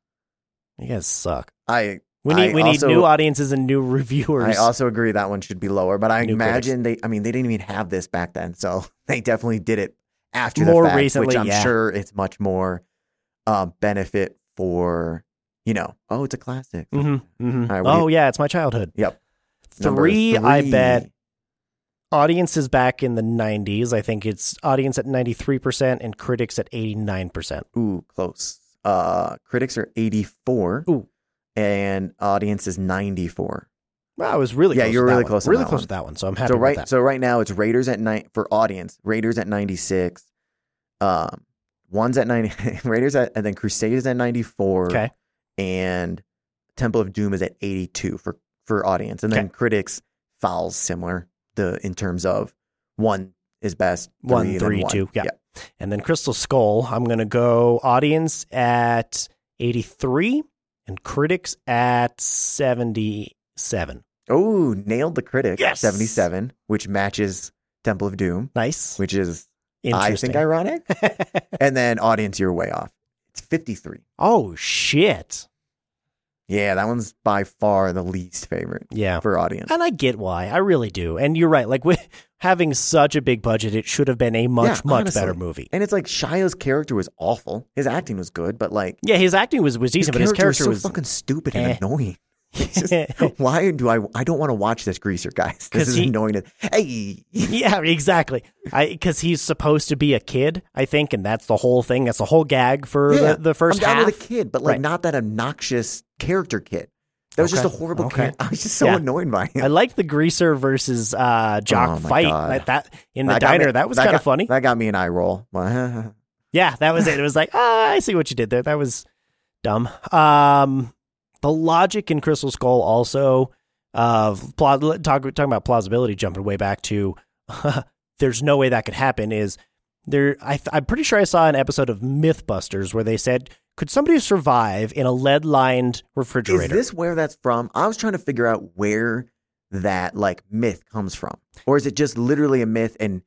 You guys suck.
I
We need,
I
we need
also-
new audiences and new reviewers.
I also agree that one should be lower, but I
New
imagine they, I mean, they didn't even have this back then, so they definitely did it after
More
the fact,
recently,
which I'm
yeah.
sure it's much more uh, benefit for, you know, oh, it's a classic.
Mhm, mhm.
All right, what do
oh, yeah. It's my childhood.
Yep. Number
Three, I
three.
bet audience is back in the 90s. I think it's audience at 93% and critics at 89%.
Ooh, close. Uh, critics are 84.
Ooh.
And audience is 94.
Wow, I was really
Yeah,
close
you're
with that
really
one.
close on
really
that
close
one.
to that one. So I'm happy
so right
about that.
so right now it's Raiders at night for audience. Raiders at 96. Um one's at 90 Raiders at and then Crusaders at 94
okay,
and Temple of Doom is at 82 for for audience. And then
Okay.
critics fouls similar the in terms of one is best, three,
One,
and then
three,
one.
two, yeah. and then Crystal Skull. I'm gonna go audience at 83 and critics at 77.
Oh, nailed the critic.
Yes!
77, which matches Temple of Doom,
Nice.
which is I
Interesting.
think ironic. and then audience, you're way off. It's 53.
oh shit.
Yeah, that one's by far the least favorite
Yeah.
for audience.
And Oh. I get why. I really do. And you're right. Like with having such a big budget, it should have been a much,
Yeah,
much
honestly.
better movie.
And it's like Shia's character was awful. His acting was good, but like
Yeah, his acting was, was decent, but his character
was so fucking stupid and
eh.
annoying. It's just, why do I? I don't want to watch this greaser, guys.
'Cause
This is
he-
annoying. as- Hey,
yeah, exactly. I because he's supposed to be a kid, I think, and that's the whole thing. That's the whole gag for
Yeah,
the, the first
I'm down
half.
with a kid, but like
Right.
not that obnoxious character kid. That was just a
Okay.
horrible
Okay.
character. I was just so
Yeah.
annoyed by him.
I like the greaser versus uh, jock
Oh my
fight
God.
like that in the
That got me-
diner. that was kind of
got-
funny.
That got me an eye roll. Well,
yeah, that was it. It was like ah, I see what you did there. That was dumb. Um, the logic in Crystal Skull also of pla- talk, talking about plausibility, jumping way back to there's no way that could happen. Is there? I, th- I'm pretty sure I saw an episode of MythBusters where they said, could somebody survive in a lead-lined refrigerator?
Is this where that's from? I was trying to figure out where that like myth comes from, or is it just literally a myth? And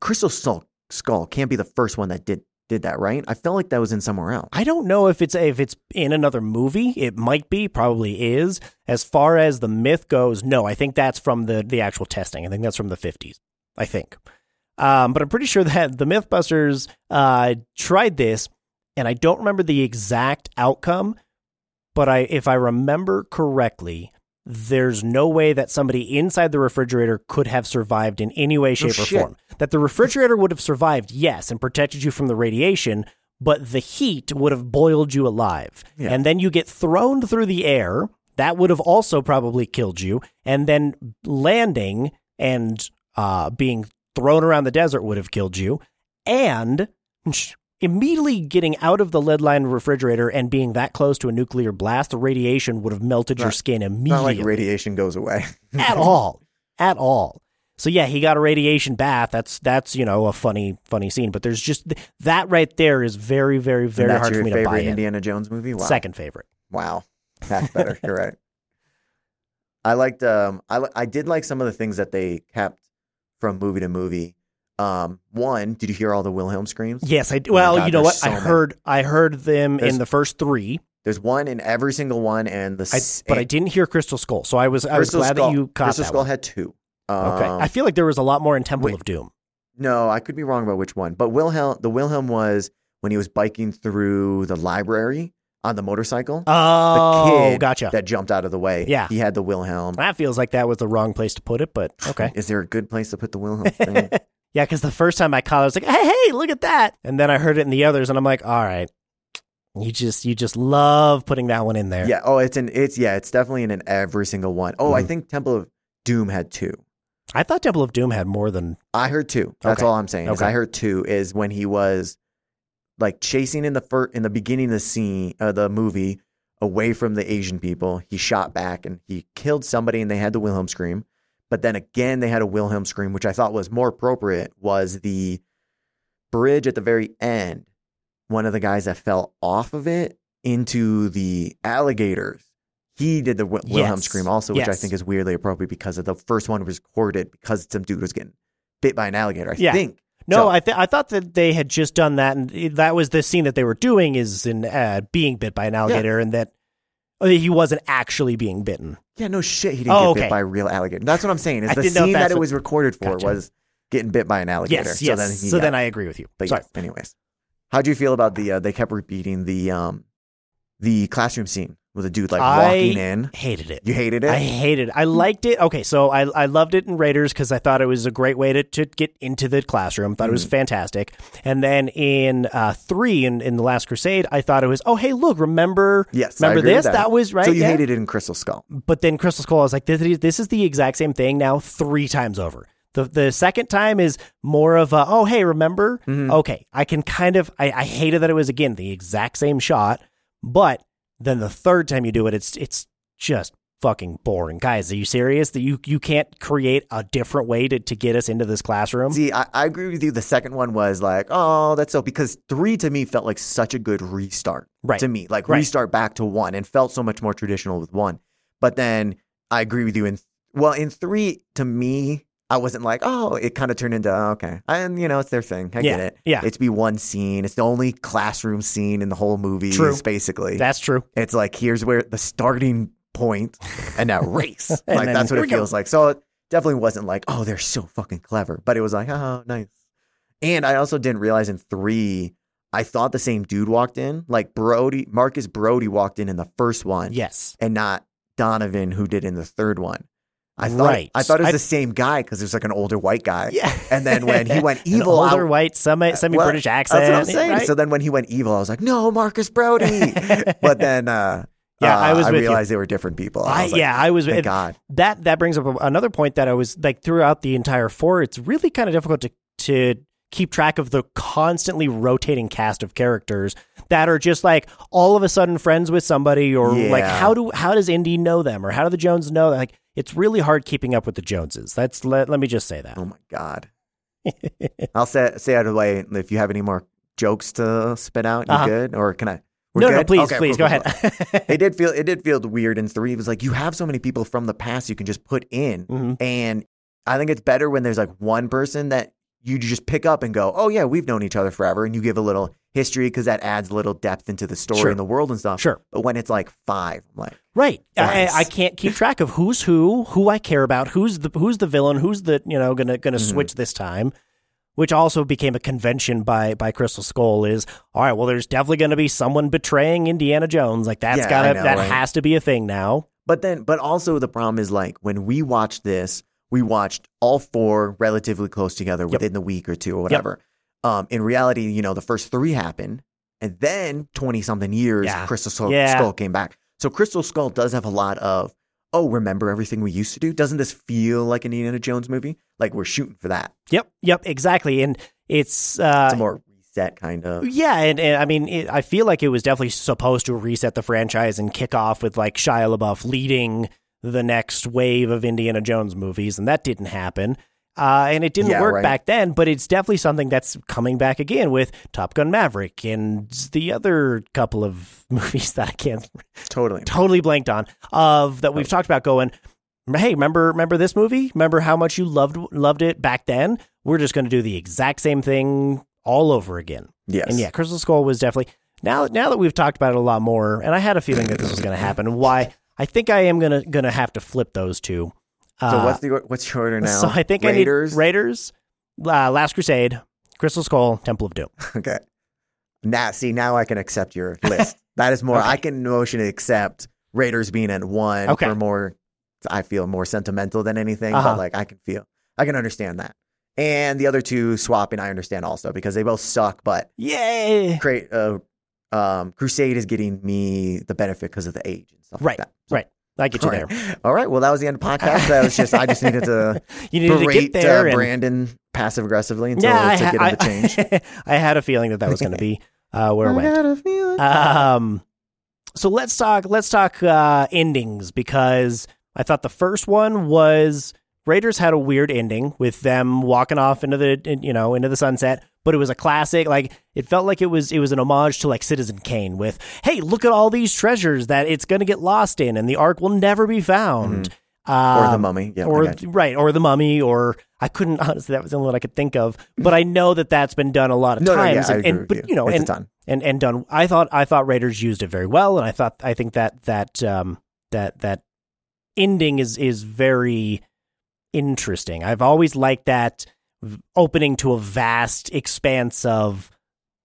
Crystal Skull, Skull can't be the first one that did did that, right? I felt like that was in somewhere else.
I don't know if it's if it's in another movie. It might be, probably is. As far as the myth goes, no, I think that's from the the actual testing. I think that's from the fifties. I think, um, but I'm pretty sure that the MythBusters uh, tried this, and I don't remember the exact outcome. But I, if I remember correctly, there's no way that somebody inside the refrigerator could have survived in any way, shape, or
shit.
form. That the refrigerator would have survived, yes, and protected you from the radiation, but the heat would have boiled you alive.
Yeah.
And then you get thrown through the air. That would have also probably killed you. And then landing and uh, being thrown around the desert would have killed you. And immediately getting out of the lead lined refrigerator and being that close to a nuclear blast, the radiation would have melted your
Not-
skin
It's not
immediately
like radiation goes away
at all, at all. So yeah, he got a radiation bath. That's that's you know a funny funny scene, but there's just th- that right there is very very
And
very
that's
hard
your
for me to
favorite
buy in.
Indiana Jones movie. Wow.
Second favorite.
Wow, that's better. You're right. I liked. Um, I li- I did like some of the things that they kept from movie to movie. Um, one, did you hear all the Wilhelm screams?
Yes, I
Oh my
well
God,
you know what
there's so
I
many.
heard I heard them in
There's-
the first three,
There's one in every single one, and the
I,
s-
but I didn't hear Crystal Skull, so I was I was
Crystal
glad
Skull-
that you caught
Crystal
that.
Skull
one.
had two.
okay,
Um,
I feel like there was a lot more in Temple
wait.
of Doom.
no, I could be wrong about which one, but Wilhelm. The Wilhelm was when he was biking through the library on the motorcycle
Oh,
kid
gotcha.
that jumped out of the way.
Uh. Yeah.
he had the Wilhelm.
that feels like that was the wrong place to put it, but okay.
Is there a good place to put the Wilhelm thing?
Yeah, because the first time I caught it, I was like, "Hey, hey, look at that!" And then I heard it in the others, and I'm like, "All right, you just you just love putting that one in there."
Yeah. Oh, it's in. It's yeah. It's definitely in, in every single one. Oh, I
Mhm.
think Temple of Doom had two.
I thought Temple of Doom had more than
I heard two. That's
Okay.
all I'm saying. Is
Okay.
I heard two is when he was like chasing in the fir- in the beginning of the scene of the movie away from the Asian people. He shot back and he killed somebody, and they had the Wilhelm scream. But then again, they had a Wilhelm scream, which I thought was more appropriate. Was the bridge at the very end? One of the guys that fell off of it into the alligators. He did the Wil- Wilhelm
Yes.
scream also, which I
Yes.
think is weirdly appropriate because of the first one was recorded because some dude was getting bit by an alligator. I
Yeah.
think.
no.
So-
I th- I thought that they had just done that, and it- that was the scene that they were doing is in uh, being bit by an alligator, and that oh, he wasn't actually being bitten.
Yeah, no shit. He didn't
Oh,
get
okay.
bit by a real alligator. That's what I'm saying. Is
I
the
didn't know if
scene
that's
that it
what-
was recorded for
Gotcha.
was getting bit by an alligator.
Yes,
So then, he
yes. So
got-
then I agree with you.
But
Sorry.
yes, anyways, how do you feel about the? Uh, they kept repeating the um, the classroom scene with a dude like
I-
walking in.
Hated it.
You hated it.
I hated it. I liked it. Okay, so I, I loved it in Raiders because I thought it was a great way to, to get into the classroom. Thought it
Mm-hmm.
was fantastic. And then in uh, three, in, in The Last Crusade, I thought it was, oh, hey, look, remember
yes, I
remember
agree with
this?
That.
That was, right?
So you
Yeah.
hated it in Crystal Skull.
But then Crystal Skull, I was like, this, is- this is the exact same thing now three times over. The, the second time is more of a, oh, hey, remember?
Mm-hmm.
Okay, I can kind of, I, I hated that it was, again, the exact same shot. But then the third time you do it, it's it's just fucking boring. Guys, are you serious? That you, you can't create a different way to, to get us into this classroom?
See, I, I agree with you. The second one was like, oh, that's so because three to me felt like such a good restart.
Right.
To me, like
Right.
restart back to one and felt so much more traditional with one. But then I agree with you in well, in three to me, I wasn't like, oh, it kind of turned into, oh, okay. And, you know, it's their thing. I
yeah,
get it.
yeah,
It's be one scene. It's the only classroom scene in the whole movie,
True.
basically.
that's true.
it's like, here's where the starting point and that race.
And
like,
then
that's what
here
it
we go.
feels like. So it definitely wasn't like, oh, they're so fucking clever. But it was like, oh, nice. And I also didn't realize in three, I thought the same dude walked in. Like, Brody, Marcus Brody walked in in the first one
Yes,
and not Donovan, who did in the third one. I thought
Right.
I thought it was
I-
the same guy because it was like an older white guy.
yeah.
And then when he went
An
evil,
older
I-
white, semi semi British accent.
that's what I'm saying.
right?
So then when he went evil, I was like, no, Marcus Brody. but then, uh,
Yeah,
uh,
I was
I
with you.
realized they were different people.
I,
I was like,
yeah, I was
Thank
it-
God.
that. That brings up a- another point that I was like throughout the entire four. It's really kind of difficult to to keep track of the constantly rotating cast of characters that are just like all of a sudden friends with somebody, or like
Yeah.
how do how does Indy know them, or how do the Jones know? Like it's really hard keeping up with the Joneses. That's let, let me just say that.
Oh my God. I'll say say out of the way if you have any more jokes to spit out. You
Uh-huh.
good or can I? We're
no,
good?
no, please,
Okay,
please
cool,
go
cool, cool.
ahead.
it did feel it did feel weird in three. It was like you have so many people from the past you can just put in.
Mhm.
And I think it's better when there's like one person that you just pick up and go, oh, yeah, we've known each other forever. And you give a little history because that adds a little depth into the story
Sure.
and the world and stuff.
Sure.
But when it's like five, I'm like,
Right. I, I-
Nice.
I can't keep track of who's who, who I care about, who's the who's the villain, who's the you know gonna gonna
Mhm.
switch this time. Which also became a convention by by Crystal Skull is all right. Well, there's definitely going to be someone betraying Indiana Jones. Like that's
Yeah, I
gotta
know,
that
right?
has to be a thing now.
but then, but also the problem is like when we watched this, we watched all four relatively close together within the week or two or whatever. Um, in reality, you know, the first three happened. And then 20 something years,
Yeah.
Crystal Skull,
Yeah.
Skull came back. So Crystal Skull does have a lot of, oh, remember everything we used to do? Doesn't this feel like an Indiana Jones movie? Like we're shooting for that.
Yep. Yep. Exactly. And it's uh,
It's a more reset kind of.
Yeah, and, and I mean, it, I feel like it was definitely supposed to reset the franchise and kick off with like Shia LaBeouf leading the next wave of Indiana Jones movies, and that didn't happen. Uh, and it didn't
Yeah,
work
right.
back then, but it's definitely something that's coming back again with Top Gun Maverick and the other couple of movies that I can't
Totally.
totally blanked on of that we've talked about going hey remember remember this movie remember how much you loved loved it back then we're just going to do the exact same thing all over again
Yes.
and yeah, Crystal Skull was definitely now. Now that we've talked about it a lot more, and I had a feeling that this was going to happen. Why? I think I am gonna gonna have to flip those two. Uh,
So what's the what's your order now?
so I think
Raiders.
I need Raiders, uh, Last Crusade, Crystal Skull, Temple of Doom.
Okay. Now, see, now I can accept your list. That is more.
Okay.
I can emotionally accept Raiders being at one
Okay.
for more. I feel more sentimental than anything,
Uh-huh.
but like I can feel, I can understand that. And the other two swapping, I understand also because they both suck. But
Yay!
create, uh, um, Crusade is getting me the benefit because of the age and stuff
Right.
like that.
Right. I get you
All
there.
right. All right. Well, that was the end of podcast. That was just I just needed to
You needed to
berate
get there.
uh,
and-
Brandon passive aggressively until
yeah, I,
to
ha-
get him to change.
I, I had a feeling that that was going to be uh, where it went.
got a feeling.
Um, so let's talk. Let's talk uh, endings because I thought the first one was Raiders had a weird ending with them walking off into the in- you know into the sunset, but it was a classic. Like it felt like it was it was an homage to like Citizen Kane with Hey, look at all these treasures that it's going to get lost in, and the Ark will never be
Mm-hmm.
found.
or the
Um,
mummy. Oh Yeah, I
or
got you.
right, or the mummy, or I couldn't honestly. That was the only one I could think of, but I know that that's been done a lot of
no, no, yeah,
times.
I
and,
agree
and-
with
but
you.
know,
it's
and
a ton.
and and done. I thought I thought Raiders used it very well, and I thought I think that that um that that ending is is very interesting. I've always liked that v- opening to a vast expanse of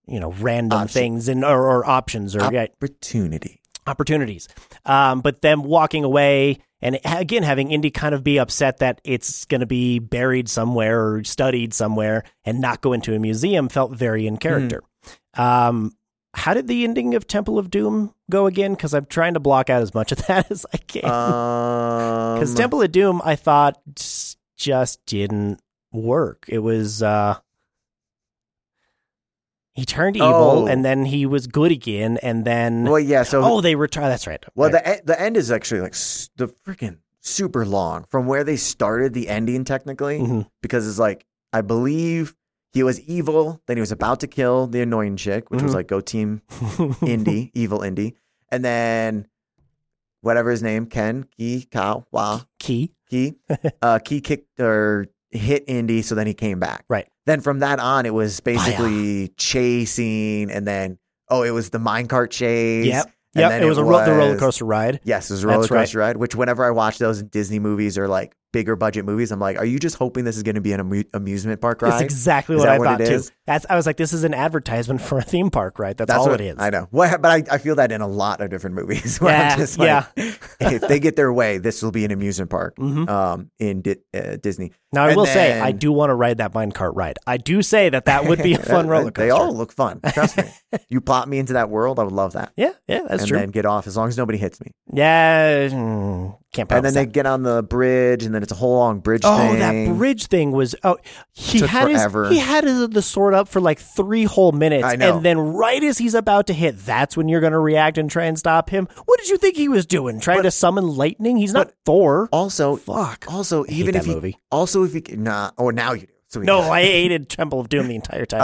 you know random
Option-
things and or, or options or yeah,
Opportunity.
opportunities. Um, but them walking away and ha- again having Indy kind of be upset that it's going to be buried somewhere or studied somewhere and not go into a museum felt very
Hmm.
in character. Um, how did the ending of Temple of Doom go again? Because I'm trying to block out as much of that as I can.
Um,
Because
Because
Temple of Doom, I thought s- just didn't work. It was uh he turned evil
Oh.
and then he was good again and then
well, yeah. So
oh, they retry. That's right.
well,
Right.
the e- the end is actually like s- the freaking super long from where they started the ending technically
Mhm.
because it's like I believe he was evil, then he was about to kill the annoying chick, which was
Mhm.
like go team Indy, evil Indy, and then whatever his name, Ken, Ki, Kao, Wa,
key.
Key, uh, Key kicked or hit Indy, so then he came back.
Right.
Then from that on, it was basically chasing, and then oh, it was the minecart chase.
Yep.
and
Yep.
then
It was a ro- the roller
was-
coaster ride.
Yes, it was a
That's
roller
right.
coaster ride. Which whenever I watch those Disney movies or like bigger budget movies, I'm like, are you just hoping this is going to be an amu- amusement park ride?
That's exactly
Is
what
that
I
what
thought
it
too.
is?
That's I was like, this is an advertisement for a theme park, right? That's, all
what
it is.
I know. What, but I, I feel that in a lot of different movies. Where
Yeah,
I'm just like, if they get their way, this will be an amusement park
Mhm.
um, in Di- uh, Disney.
Now I
And
will say I
then-
do want to ride that minecart ride. I do say that that would be a fun roller coaster.
They all look fun. Trust me. you plop me into that world, I would love that.
yeah, yeah, that's
and
true.
then get off as long as nobody hits me.
yeah, mm, can't
And
promise
then they
that.
get on the bridge, and then it's a whole long bridge
Oh,
thing.
that bridge thing was oh he
Took
had
forever.
his he had his, the sword up for like three whole minutes,
I know.
and then right as he's about to hit, that's when you're going to react and try and stop him. What did you think he was doing? Trying to summon lightning? He's not Thor.
Also,
Fuck.
also
hate
even
that
if you,
movie.
also if you nah, oh now you do. So we-
No, I hated Temple of Doom the entire time.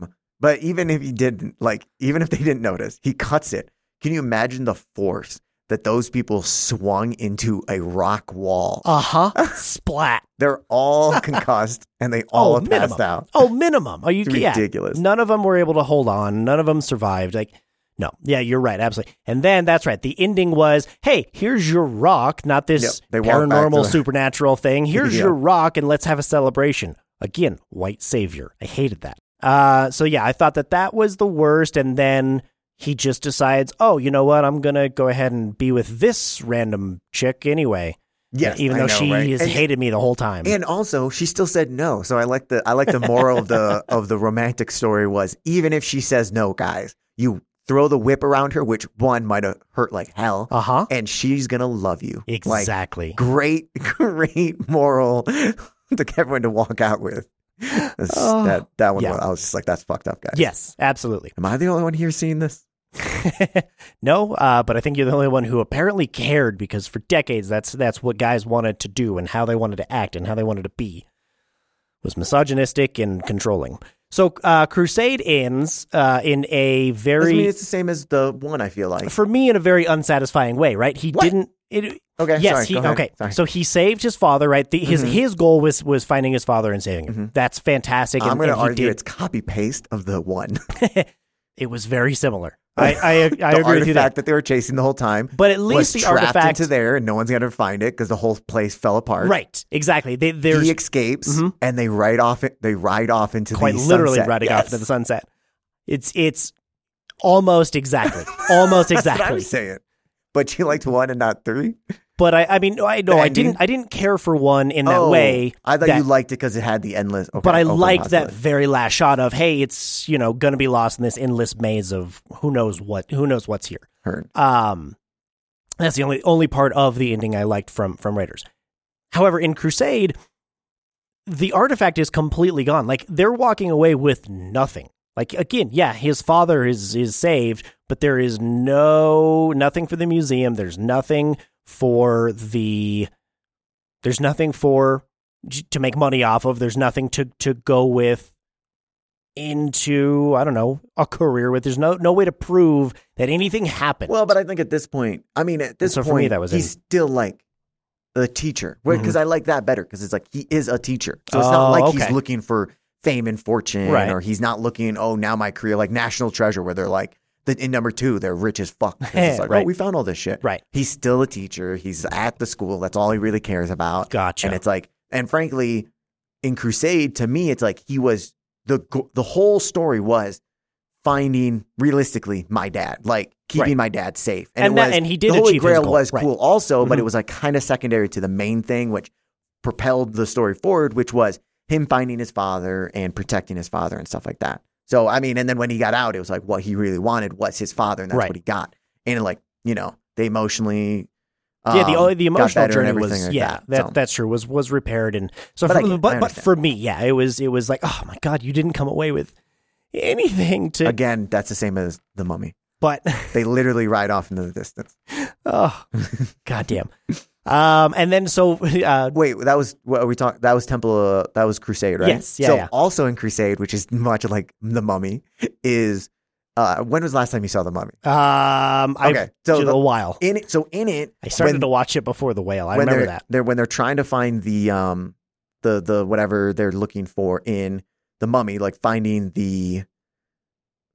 Um, but even if he didn't, like, even if they didn't notice, he cuts it. Can you imagine the force that those people swung into a rock wall?
Uh huh. Splat.
They're all concussed and they all
oh,
have
minimum.
passed out.
Oh, minimum. Are you
It's
yeah.
ridiculous.
None of them were able to hold on. None of them survived. Like, no. Yeah, you're right. Absolutely. And then that's right. The ending was, hey, here's your rock, not this
Yep, they walk back to
paranormal
the-
supernatural thing. Here's
Yeah.
your rock, and let's have a celebration. Again, white savior. I hated that. Uh, so yeah, I thought that that was the worst, and then he just decides, oh, you know what? I'm gonna go ahead and be with this random chick anyway.
Yes,
even
I
though
know,
she
right?
has
and,
hated me the whole time.
and also she still said no. So I like the I like the moral of the of the romantic story was even if she says no, guys, you throw the whip around her, which one might have hurt like hell,
uh huh.
and she's gonna love you. Like,
Exactly.
great, great moral to everyone to walk out with. That's-
Oh.
that that one,
Yeah.
was- I was just like, that's fucked up, guys.
yes, absolutely.
Am I the only one here seeing this?
no, uh, but I think you're the only one who apparently cared because for decades that's that's what guys wanted to do and how they wanted to act and how they wanted to be was misogynistic and controlling. So uh, Crusade ends uh, in a
I mean,
very
it's the same as the one. I feel like.
for me in a very unsatisfying way, right? He
What?
didn't it
Okay.
yes,
sorry,
he
go ahead.
okay.
Sorry.
So he saved his father, right? The, his
Mhm.
his goal was was finding his father and saving him. That's fantastic.
Mm-hmm.
and-
I'm going to
and he
argue
did-
it's copy paste of the one.
it was very similar. I I, I
the
agree with you that.
artifact that they were chasing the whole time.
But at
was
least the
trapped
artifact
into there, and no one's going to find it because the whole place fell apart.
Right. Exactly. They, there's
He escapes,
Mhm.
and they ride off. They ride off into
quite
the
literally
sunset.
riding off
Yes.
into the sunset. It's it's almost exactly, almost
That's what I'm
exactly.
saying. But you liked one and not three.
But I, I mean, I
The
no, I
ending?
didn't, I didn't care for one in that
Oh,
way.
I thought
that-
you liked it because it had the endless. Okay,
But I
open
liked that
possibility.
very last shot of, hey, it's you know gonna be lost in this endless maze of who knows what, who knows what's here.
Heard.
Um, that's the only only part of the ending I liked from from Raiders. However, in Crusade, the artifact is completely gone. Like they're walking away with nothing. Like again, yeah, his father is is saved, but there is no nothing for the museum. There's nothing for the there's nothing for to make money off of. There's nothing to to go with into I don't know a career with. There's no no way to prove that anything happened.
Well, but I think at this point, I mean, at this
so
point,
for me, that was Mm-hmm.
he's still like a teacher because I like that better because it's like he is a teacher, so it's
Oh,
not like he's
okay.
looking for fame and fortune,
Right.
or he's not looking. Oh, now my career, like National Treasure, where they're like. the- In number two, they're rich as fuck. 'cause It's like,
Right.
oh, we found all this shit.
Right.
He's still a teacher. He's at the school. That's all he really cares about.
Gotcha.
And it's like, and frankly, in Crusade, to me, it's like he was the go- the whole story was finding realistically my dad, like keeping
Right.
my dad safe.
And
it
that-
was,
and he did
the Holy
achieve his
Grail
goal.
was
Right.
cool also, but it
Mhm.
was like kind of secondary to the main thing, which propelled the story forward, which was him finding his father and protecting his father and stuff like that. So I mean, and then when he got out, it was like what he really wanted was his father, and that's
Right.
what he got. And like you know, they emotionally.
yeah, the
um,
oh, the
got
emotional
better and
journey
everything
was
like
yeah that,
So-
that's true was was repaired and so
But
for,
I get it. I
but but
understand.
for me yeah it was it was like oh my god you didn't come away with anything to
Again, that's the same as the mummy.
but
They literally ride off into the distance.
oh goddamn um and then so uh
Wait, that was what are we talking? That was Temple. Uh, that was Crusade, right?
Yes, yeah,
So
yeah.
also in Crusade, which is much like the Mummy, is uh, when was the last time you saw the Mummy?
um
Okay,
I
so
took
the-
a while
In it, so in it,
I started
when-
to watch it before the whale I
when
remember
they're,
that
They're when they're trying to find the um the the whatever they're looking for in the mummy, like finding the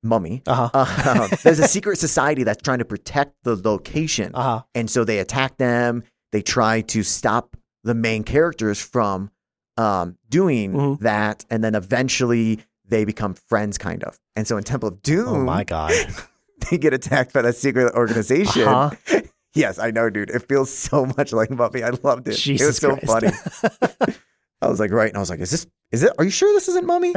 mummy.
Uh huh.
Uh, there's a secret society that's trying to protect the location,
Uh huh.
and so they attack them. They try to stop the main characters from um, doing
Mhm.
that, and then eventually they become friends, kind of. And so in Temple of Doom,
Oh my god.
they get attacked by that secret organization.
Uh-huh.
Yes, I know, dude. It feels so much like Buffy. I loved it. it was
Jesus
so
Christ.
funny. I was like, right, and I was like, is this? Is it? Are you sure this isn't Mummy?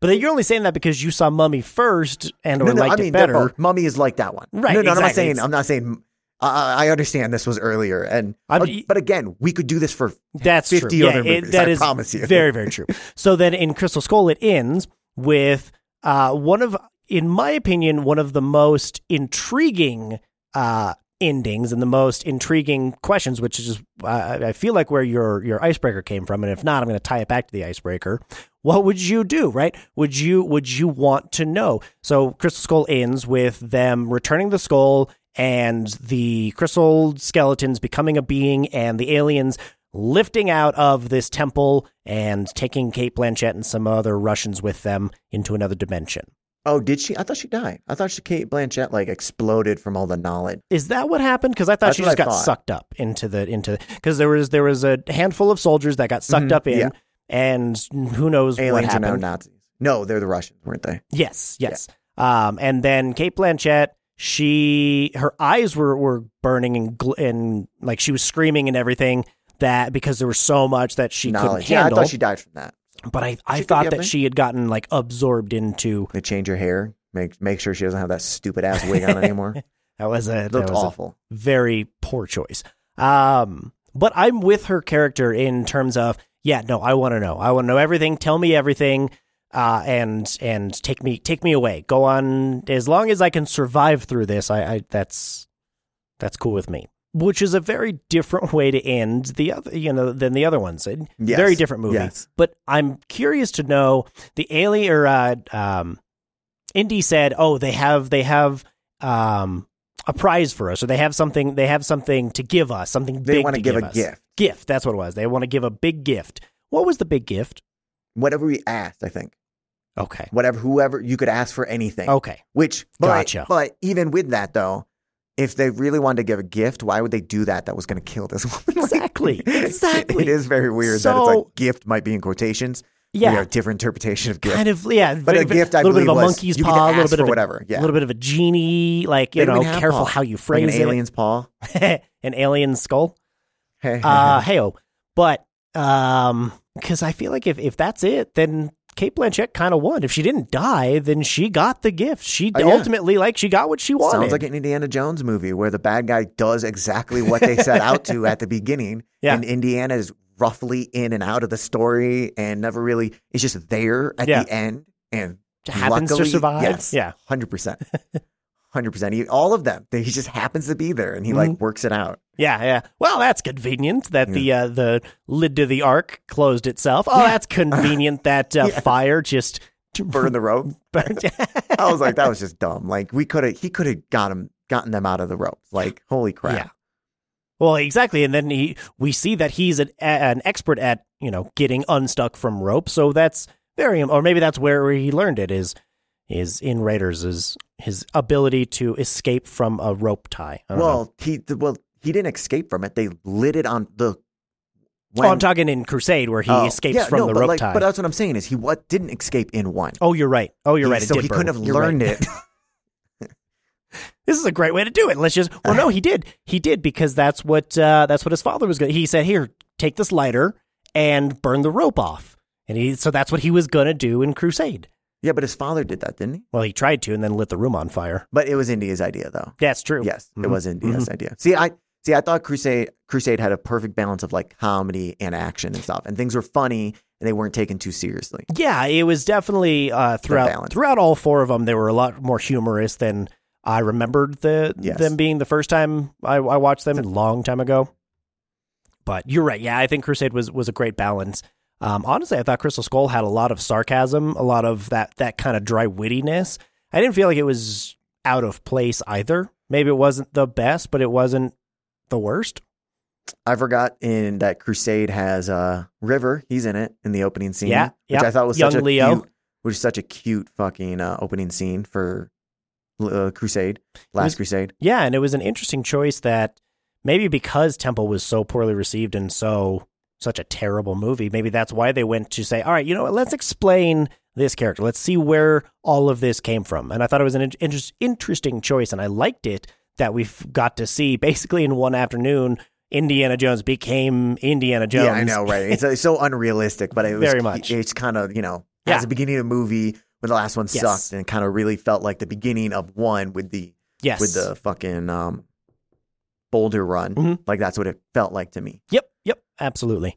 But then you're only saying that because you saw Mummy first and or
no, no.
liked
I mean,
it
they're
better.
both- Mummy is like that one,
Right,
No, no. I'm
exactly.
not saying.
It's-
I'm not saying. I I understand this was earlier, and
I'm-
but, but again, we could do this for
That's
50
true.
other
yeah, it-
movies,
that
I
is
promise you.
very, very true. So then in Crystal Skull, it ends with uh, one of, in my opinion, one of the most intriguing uh, endings and the most intriguing questions, which is, uh, I I feel like where your your icebreaker came from. And if not, I'm going to tie it back to the icebreaker. What would you do, right? Would you would you want to know? So Crystal Skull ends with them returning the skull and the crystal skeletons becoming a being and the aliens lifting out of this temple and taking Kate Blanchett and some other Russians with them into another dimension.
Oh, did she? I thought she died. I thought she Kate Blanchett like exploded from all the knowledge.
Is that what happened? Because I thought
That's
she
what
just
I
got
thought.
sucked up into the into because there was there was a handful of soldiers that got sucked
Mhm,
up in,
yeah.
and who knows what
Aliens are
happened.
now Nazis. No, they're the Russians, weren't they?
Yes, yes. Um, and then Kate Blanchett, she her eyes were were burning and gl- and like she was screaming and everything that because there was so much that she
knowledge.
couldn't
Yeah, I
handle.
thought she died from that.
but I I
she could
thought
get
that
me.
she had gotten like absorbed into
They change her hair, make make sure she doesn't have that stupid ass wig on anymore.
that was a that
It looked
was a
awful.
very poor choice. Um, but I'm with her character in terms of yeah, no, I want to know. I want to know everything. Tell me everything, uh, and and take me take me away. Go on as long as I can survive through this. I, I that's that's cool with me. Which is a very different way to end the other, you know, than the other ones. And
Yes.
Very different movie.
Yes.
But I'm curious to know the alien or uh, um, Indy said, "Oh, they have they have um, a prize for us, or they have something they have something to give us, something
They
big
want to give, a
us.
gift.
Gift, that's what it was. They want to give a big gift. What was the big gift?
Whatever we asked, I think.
Okay,
Whatever, whoever you could ask for anything.
okay,
Which, but,
Oh, Gotcha.
but even with that though, if they really wanted to give a gift, why would they do that? That was going to kill this woman. Like,
Exactly. Exactly.
It is very weird that
So-
it's like gift might be in quotations. We
yeah,
have different interpretation of gift.
kind of, yeah.
But a
very-
gift, I
little bit
believe,
of a
was
monkey's
you could
paw, a little
ask
bit
for
of a
whatever. Yeah,
little bit of a genie, like you
They don't
know,
even have
careful
paw.
how you
like
phrase
an
it.
alien's paw.
an alien skull. uh heyo but um because i feel like if, if that's it then kate blanchett kind of won if she didn't die then she got the gift she
Oh, yeah.
ultimately like she got what she wanted
Sounds like an Indiana Jones movie where the bad guy does exactly what they set out to at the beginning.
Yeah.
And Indiana is roughly in and out of the story and never really, it's just there at
Yeah.
the end and
happens
luckily,
to survive
Yes,
yeah
100%. 100%. He, all of them. They, he just happens to be there and he
Mm-hmm.
like works it out.
yeah yeah well that's convenient that the uh the lid to the ark closed itself oh that's convenient that uh, fire just
Burn the rope.
burned
I was like, that was just dumb. Like, we could have, he could have got him, gotten them out of the ropes. Like, holy crap.
Yeah. Well, exactly, and then he, we see that he's an, an expert at you know getting unstuck from rope. So that's very, or maybe that's where he learned it is is in Raiders is his ability to escape from a rope tie. I don't know.
Well, he, well, he didn't escape from it. They lit it on the,
oh, I'm talking in Crusade where he
Oh,
escapes
yeah,
from
no,
the
but
rope
like-
tie.
But uh, that's what I'm saying is he what didn't escape in one.
oh, you're right. Oh, you're
He-
right. It
So
did
he
burn.
couldn't have
You're
learned
right.
it.
This is a great way to do it. Let's just. Well, no, he did. He did because that's what uh, that's what his father was going. to He said, "Here, take this lighter and burn the rope off." And he, so that's what he was going to do in Crusade.
yeah, but his father did that, didn't he?
Well, he tried to and then lit the room on fire.
But it was India's idea, though.
That's true.
Yes, it
Mhm.
was India's idea. See, I see. I thought Crusade Crusade had a perfect balance of like comedy and action and stuff, and things were funny and they weren't taken too seriously.
Yeah, it was definitely uh, throughout
balance.
throughout all four of them. They were a lot more humorous than I remembered the
Yes.
them being the first time I, I watched them a long time ago. But you're right. Yeah, I think Crusade was was a great balance. Um, honestly, I thought Crystal Skull had a lot of sarcasm, a lot of that that kind of dry wittiness. I didn't feel like it was out of place either. Maybe it wasn't the best, but it wasn't the worst.
I forgot in that Crusade has uh River. He's in it in the opening scene.
Yeah,
which
yeah.
I thought was
Young
such a
Leo.
cute, which is such a cute fucking uh, opening scene for uh, Crusade, Last
was-
Crusade.
Yeah, and it was an interesting choice that maybe because Temple was so poorly received and so such a terrible movie, maybe that's why they went to say, all right, you know what, let's explain this character. Let's see where all of this came from. And I thought it was an in- inter- interesting choice, and I liked it that we've got to see basically in one afternoon. Indiana Jones became Indiana Jones.
Yeah, I know, right? It's, it's so unrealistic, but it was
Very much.
It's kind of you know
Yeah.
as the beginning of the movie when the last one
Yes.
sucked and kind of really felt like the beginning of one with the
Yes.
with the fucking um Boulder Run.
Mhm.
Like that's what it felt like to me.
Yep, yep, absolutely.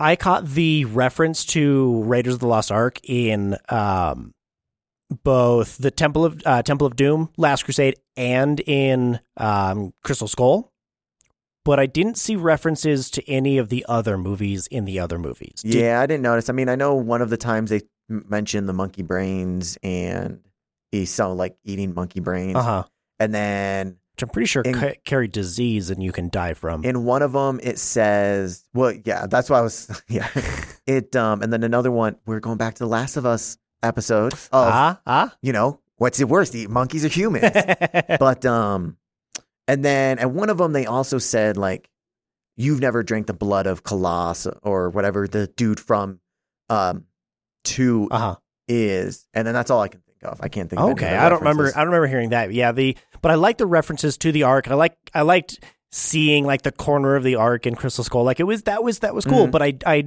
I caught the reference to Raiders of the Lost Ark in um, both the Temple of uh, Temple of Doom, Last Crusade, and in um, Crystal Skull. But I didn't see references to any of the other movies in the other movies. Did-
yeah, I didn't notice. I mean, I know one of the times they m- mentioned the monkey brains and Esau like eating monkey brains,
uh-huh.
and then
Which I'm pretty sure
In-
ca- carry disease and you can die from.
in one of them it says, "Well, yeah, that's why I was yeah." It um, and then another one. We're going back to the Last of Us episode of
ah, ah.
you know what's the worst? Eat monkeys or humans? but um and then at one of them they also said like you've never drank the blood of Colossus or whatever the dude from um 2
uh-huh.
is and then that's all I can think of I can't think of any
Okay,
other
I don't remember. I
references.
don't remember hearing that. Yeah, the but I like the references to the arc, and I like I liked seeing like the corner of the arc in Crystal Skull. Like it was that was that was cool.
Mhm.
But I I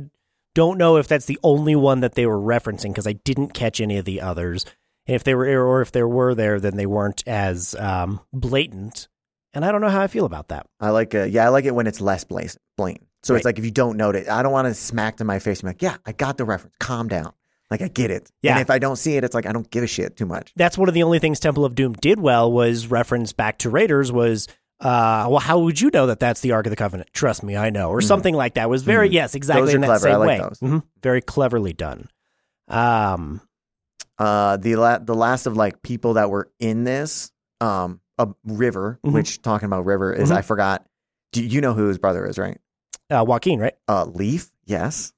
don't know if that's the only one that they were referencing because I didn't catch any of the others. And if they were or if there were there, then they weren't as um, blatant. And I don't know how I feel about that.
I like uh, yeah I like it when it's less blas- blatant so it's
Right.
like if you don't note it I don't want to smack to my face and be like yeah I got the reference calm down like I get it
Yeah.
and if I don't see it it's like I don't give a shit too much
That's one of the only things Temple of Doom did well was reference back to Raiders was. Uh, well, how would you know that that's the Ark of the Covenant? Trust me, I know, or
Mhm.
something like that. Was very
Mhm.
yes, exactly
Those are
in that
clever. I
same
like
way.
those.
Mhm. Very cleverly done. Um,
uh the la- the last of like people that were in this um a river
Mhm.
which talking about river is
Mhm.
i forgot do you know who his brother is right
uh, Joaquin, right?
uh leaf yes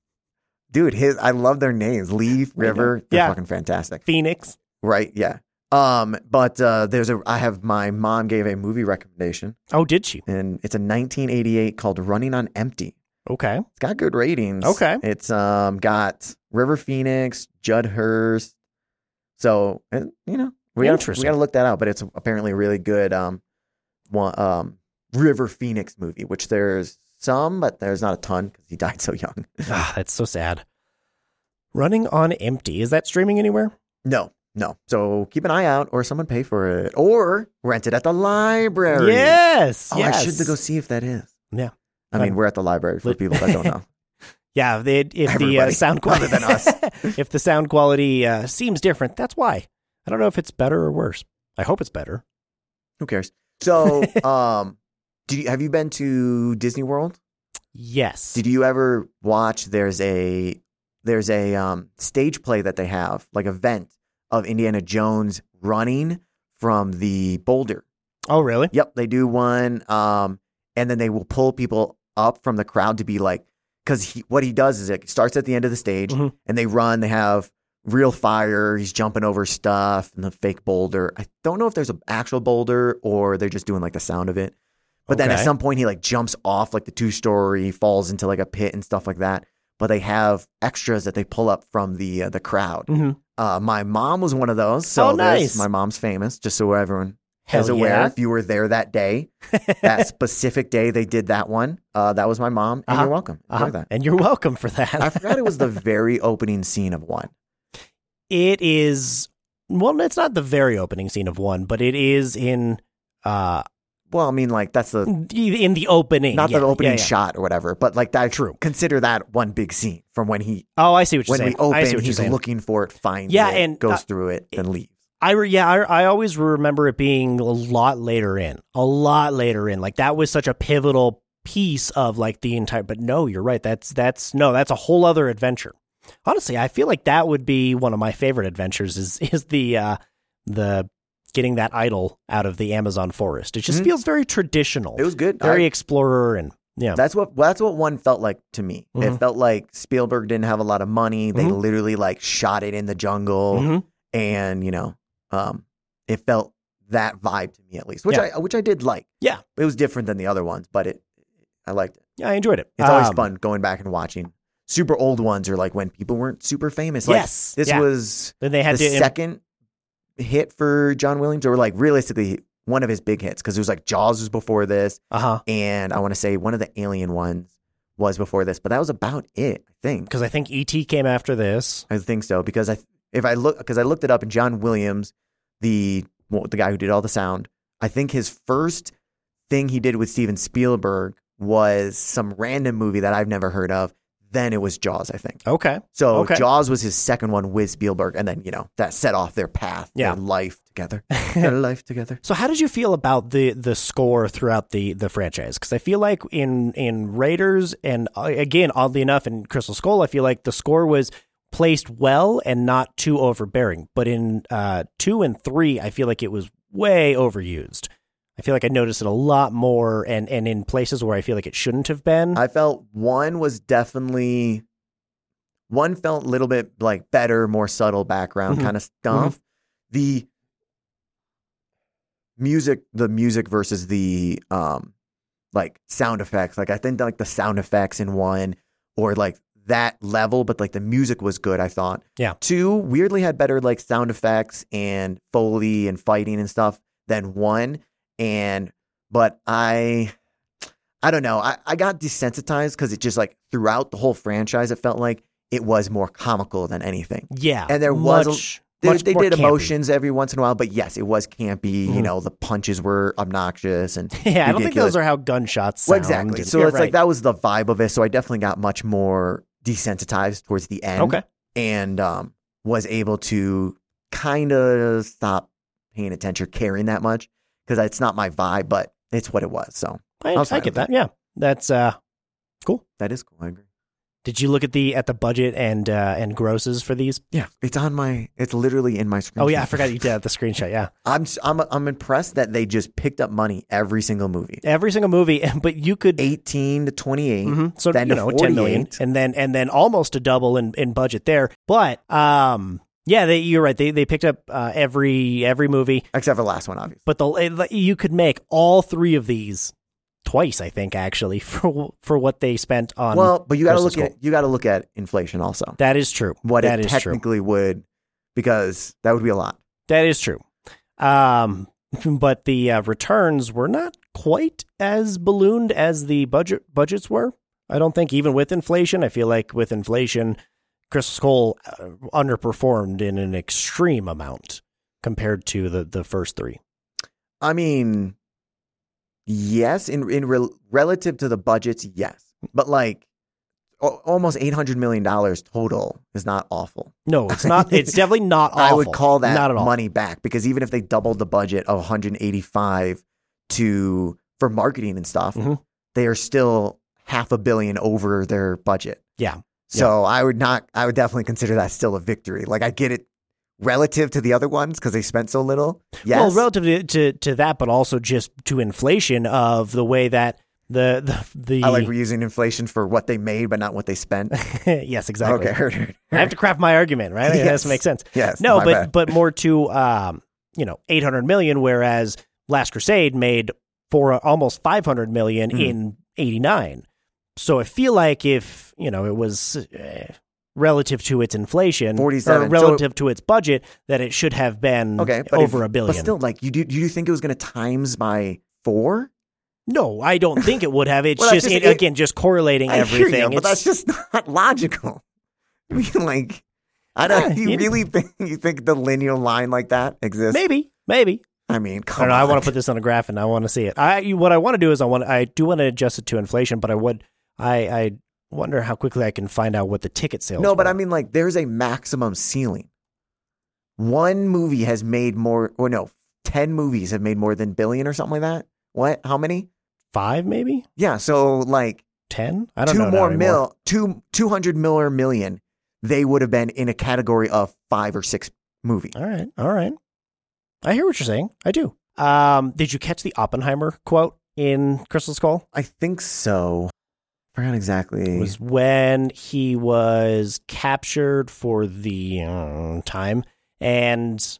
dude his i love their names leaf
I know.
river they're
Yeah.
fucking fantastic
Phoenix.
right yeah um but uh there's a i have my mom gave a movie recommendation
Oh, did she?
and it's a 1988 called running on empty
Okay.
It's got good ratings.
Okay.
It's um got River Phoenix, Judd Hurst. So it, you know we gotta, we
Interesting.
gotta look that out. But it's apparently a really good um one um River Phoenix movie, which there's some, but there's not a ton because he died so young.
ah, that's so sad. Running on empty. Is that streaming anywhere?
No, no. So keep an eye out, or someone pay for it, or rent it at the library.
Yes.
Oh,
yes.
I should go see if that is.
Yeah.
I mean,
Um,
we're at the library for
lit-
people that don't know.
Yeah, if, they, if the uh,
Everybody,
sound quality
other than us.
if the sound quality uh, seems different, that's why. I don't know if it's better or worse. I hope it's better.
Who cares? So, um, did you, have you been to Disney World?
Yes.
Did you ever watch? There's a there's a um, stage play that they have, like event of Indiana Jones running from the boulder.
oh, really?
Yep, they do one, um, and then they will pull people up from the crowd to be like, because he, what he does is it starts at the end of the stage,
Mhm.
and they run. They have real fire. He's jumping over stuff and the fake boulder. I don't know if there's an actual boulder or they're just doing like the sound of it. But then at
Okay.
some point he like jumps off like the two story, falls into like a pit and stuff like that. But they have extras that they pull up from the uh, the crowd.
Mm-hmm.
Uh, my mom was one of those. So
Oh,
there's-
nice.
my mom's famous, just so everyone
Hell
is aware.
yeah.
If you were there that day, that specific day they did that one, uh, that was my mom. And
Uh-huh.
you're welcome. Enjoy
Uh-huh.
that.
And you're welcome for
I
that.
forgot it was the very opening scene of one.
it is well, it's not the very opening scene of one, but it is in uh
Well, I mean, like that's the
in the opening.
not
Yeah,
the opening
yeah, yeah.
shot or whatever, but like that.
True.
Consider that one big scene from when he
Oh, I see what you're
when
saying.
we open,
I see what you're
he's
saying.
looking for it, finds
Yeah,
it,
and,
goes
uh,
through it, then leaves.
I re- yeah, I, I always remember it being a lot later in, a lot later in. Like that was such a pivotal piece of like the entire. But no, you're right. That's that's no, that's a whole other adventure. Honestly, I feel like that would be one of my favorite adventures. Is is the uh, the getting that idol out of the Amazon forest? It just
Mhm.
feels very traditional,
It was good.
very
I,
explorer and Yeah.
That's what well, that's what one felt like to me.
Mhm.
It felt like Spielberg didn't have a lot of money. They
Mhm.
literally like shot it in the jungle,
Mhm.
and you know, um, it felt that vibe to me at least, which
Yeah.
I which I did like.
Yeah.
it was different than the other ones, but it I liked it.
Yeah, I enjoyed it.
It's always
Um,
fun going back and watching super old ones or like when people weren't super famous. Like,
Yes.
this
yeah.
was
Then they had
the
to.
second hit for John Williams, or like realistically one of his big hits because it was like Jaws was before this
uh huh.
and I want to say one of the alien ones was before this, but that was about it, I think.
Because I think ET came after this.
I think so because I if I look because I looked it up and John Williams, the well, the guy who did all the sound, I think his first thing he did with Steven Spielberg was some random movie that I've never heard of. Then it was Jaws, I think.
Okay.
So
Okay.
Jaws was his second one with Spielberg, and then you know that set off their path,
Yeah.
their life together, their life together.
So how did you feel about the the score throughout the the franchise? Because I feel like in in Raiders and uh, again oddly enough in Crystal Skull, I feel like the score was placed well and not too overbearing. But in uh, two and three, I feel like it was way overused. I feel like I noticed it a lot more and and in places where I feel like it shouldn't have been.
I felt one was definitely one felt a little bit like better, more subtle background
Mhm.
kind of stuff. The music, the music versus the um like sound effects. Like I think like the sound effects in one or like that level, but like the music was good, I thought.
Yeah.
Two weirdly had better like sound effects and foley and fighting and stuff than one. And but I I don't know. I, I got desensitized because it just like throughout the whole franchise, it felt like it was more comical than anything.
yeah,
and there was a-
much-
They,
much
they
more
did
campy.
emotions every once in a while, but yes, it was campy. You
Mhm.
know, the punches were obnoxious and
Yeah, I don't think
ridiculous.
those are how gunshots sound.
well, exactly.
And-
So
yeah,
it's like
right.
that was the vibe of it. So I definitely got much more desensitized towards the end,
Okay.
and um, was able to kind of stop paying attention, or caring that much because it's not my vibe, but it's what it was. So
I,
I was
I
fine
get
with it.
that. Yeah, that's uh, cool.
that is cool. I agree.
Did you look at the at the budget and uh, and grosses for these?
Yeah, it's on my. It's literally in my screen.
Oh yeah, I forgot you did the screenshot. Yeah,
I'm s- I'm I'm impressed that they just picked up money every single movie.
every single movie, but you could
18 to 28.
Mhm. so
then
you
to
know ten million,
48.
and then and then almost a double in, in budget there. But um, yeah, they, you're right. They they picked up uh, every every movie,
Except for the last one obviously.
but the you could make all three of these twice. I think actually for for what they spent on.
well, but you got to
Crystal
look at
Skull.
you got to look at inflation also.
that is true.
What
that
it
is true.
technically would because that would be a lot.
That is true. Um, but the uh, returns were not quite as ballooned as the budget budgets were. I don't think even with inflation. I feel like with inflation, Crystal Skull uh, underperformed in an extreme amount compared to the the first three.
I mean, yes, in in rel relative to the budgets, yes. But like o- almost 800 million dollars total is not awful.
No, it's not. it's definitely not. Awful.
I would call that
not at all.
money back because even if they doubled the budget of 185 to for marketing and stuff,
Mhm.
they are still half a billion over their budget.
Yeah.
So I would not. I would definitely consider that still a victory. Like I get it relative to the other ones because they spent so little. Yes.
Well, relative to, to to that, but also just to inflation of the way that the the, the
I like we're using inflation for what they made, but not what they spent.
yes exactly.
Okay, heard, heard,
I have to craft my argument, right? It has
Yes.
to make sense.
Yes.
No,
my
but
bad.
but more to um, you know, 800 million whereas Last Crusade made for almost 500 million
Mhm.
in 89. So I feel like if, you know, it was uh, relative to its inflation or
47.
relative to its budget that it should have been
okay, but
over
if-
a billion.
But still, like you do. You do think it was going to times by four?
no, I don't think it would have. It's
Well, that's
just,
just-
it- again just correlating
I hear you,
everything.
but that's
It's-
just not logical. I mean, like, I don't.
Yeah,
you
you-
really think you think the linear line like that exists?
maybe, maybe.
I mean,
I
come
don't know.
on.
I want to put this on a graph, and I want to see it. I you- what I want to do is I want I do want to adjust it to inflation, but I would I I wonder how quickly I can find out what the ticket sales.
no, but
were.
I mean, like, there's a maximum ceiling. One movie has made more, or no, ten movies have made more than billion or something like that. What? How many?
five, maybe
Yeah. So like
ten. I don't
two
know. now
more
anymore.
mil, two two hundred mil or million, they would have been in a category of five or six movie.
All right, all right. I hear what you're saying. I do. Um, did you catch the Oppenheimer quote in Crystal Skull
I think so. Forgot exactly.
was when he was captured for the uh, time and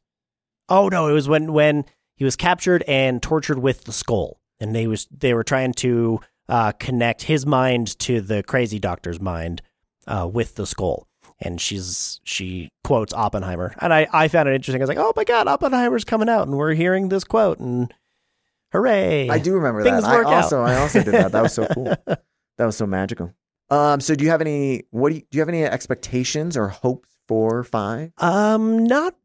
oh no, it was when when he was captured and tortured with the skull, and they was they were trying to uh, connect his mind to the crazy doctor's mind uh, with the skull. And she's she quotes Oppenheimer, and I, I found it interesting. I was like, oh my god, Oppenheimer's coming out, and we're hearing this quote, and hooray!
I do remember
Things
that. I
work out.
also I also did that. That was so cool. that was so magical. Um, so do you have any what do you, do you have any expectations or hopes for five?
Um, not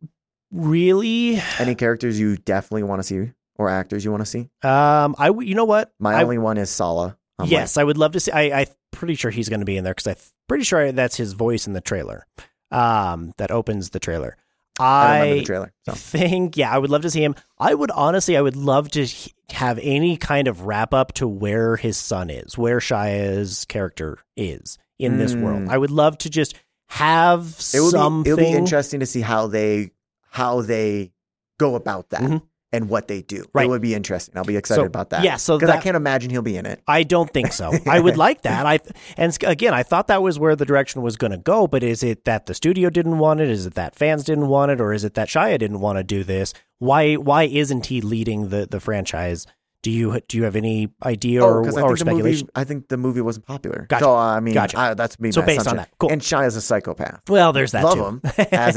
really.
Any characters you definitely want to see or actors you want to see?
Um, I w- you know what?
My
I-
only one is Sala. I'm
yes, I would love to see. I, I'm pretty sure he's going to be in there because I'm pretty sure that's his voice in the trailer. Um, that opens the trailer.
Like, I
I,
don't remember the trailer. So.
think, yeah, I would love to see him. I would honestly, I would love to h- have any kind of wrap up to where his son is, where Shia's character is in this
Hmm.
world. I would love to just have
It will be
something.
it'll be interesting to see how they how they go about that
Mhm.
and what they do.
Right.
It would be interesting. I'll be excited
So,
about that.
yeah, so
because I
that-
can't imagine he'll be in it.
I don't think so. I would like that. I and s- again, I thought that was where the direction was going to go, but is it that the studio didn't want it? Is it that fans didn't want it, or is it that Shia didn't want to do this? Why why isn't he leading the, the franchise? Do you do you have any idea
Oh,
or,
because I
or
think the
speculation?
movie I think the movie wasn't popular.
Gotcha.
So I mean,
Gotcha.
I, that's me.
So
my
based on
assumption.
that. Cool.
And Shia's a psychopath.
Well, there's that
love
too.
him as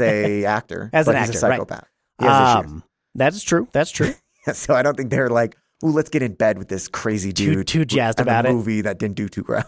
a actor,
As
but
an
he's
actor,
a
right.
psychopath. He has issues.
Um, that's true. That's true.
so I don't think they're like, "Ooh, let's get in bed with this crazy
Too-
dude."
too jazzed
and
about
a
it.
Movie that didn't do too well.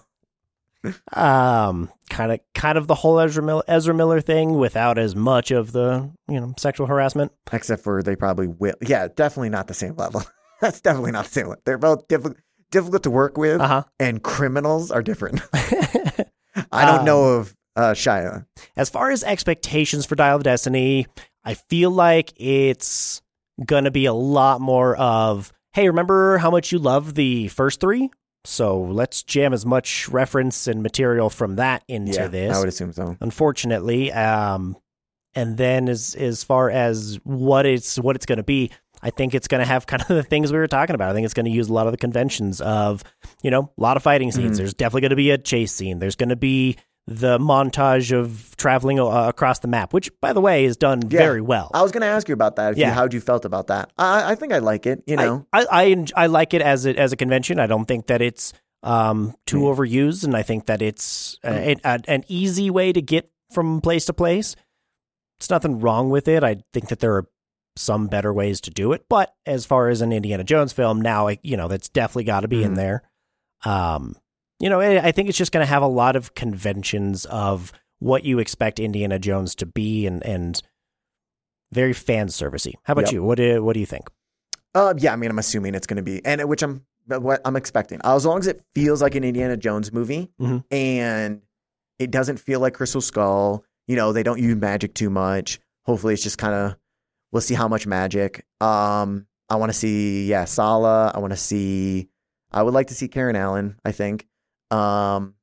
um, kind of kind of the whole Ezra Miller, Ezra Miller thing without as much of the you know sexual harassment.
Except for they probably will. Yeah, definitely not the same level. That's definitely not the same level. They're both difficult, difficult to work with,
Uh huh.
and criminals are different. I don't
Um,
know of uh, Shia.
As far as expectations for Dial of Destiny, I feel like it's going to be a lot more of, hey, remember how much you love the first three? So let's jam as much reference and material from that into
Yeah,
this
I would assume so.
unfortunately. Um, and then as as far as what it's what it's going to be, I think it's going to have kind of the things we were talking about. I think it's going to use a lot of the conventions of you know a lot of fighting scenes.
Mhm.
There's definitely going to be a chase scene. There's going to be the montage of traveling uh, across the map, which by the way is done
Yeah.
very well.
I was going to ask you about that. If you,
Yeah.
how you felt about that? I, I think I like it. You know,
I, I, I, en- I like it as a, as a convention. I don't think that it's um, too
Yeah.
overused, and I think that it's
Mm.
a, a, an easy way to get from place to place. It's nothing wrong with it. I think that there are some better ways to do it, but as far as an Indiana Jones film, now I, you know that's definitely got to be in
Mhm.
there. Um, you know, I I think it's just going to have a lot of conventions of what you expect Indiana Jones to be, and and very fan servicey. How about
Yep.
you? What do what do you think?
Uh, yeah, I mean, I'm assuming it's going to be, and uh, which I'm what I'm expecting. Uh, As long as it feels like an Indiana Jones movie,
Mhm.
and it doesn't feel like Crystal Skull. You know, they don't use magic too much. Hopefully, it's just kind of we'll see how much magic. Um, I want to see yeah Sala. I want to see. I would like to see Karen Allen. I think. Um,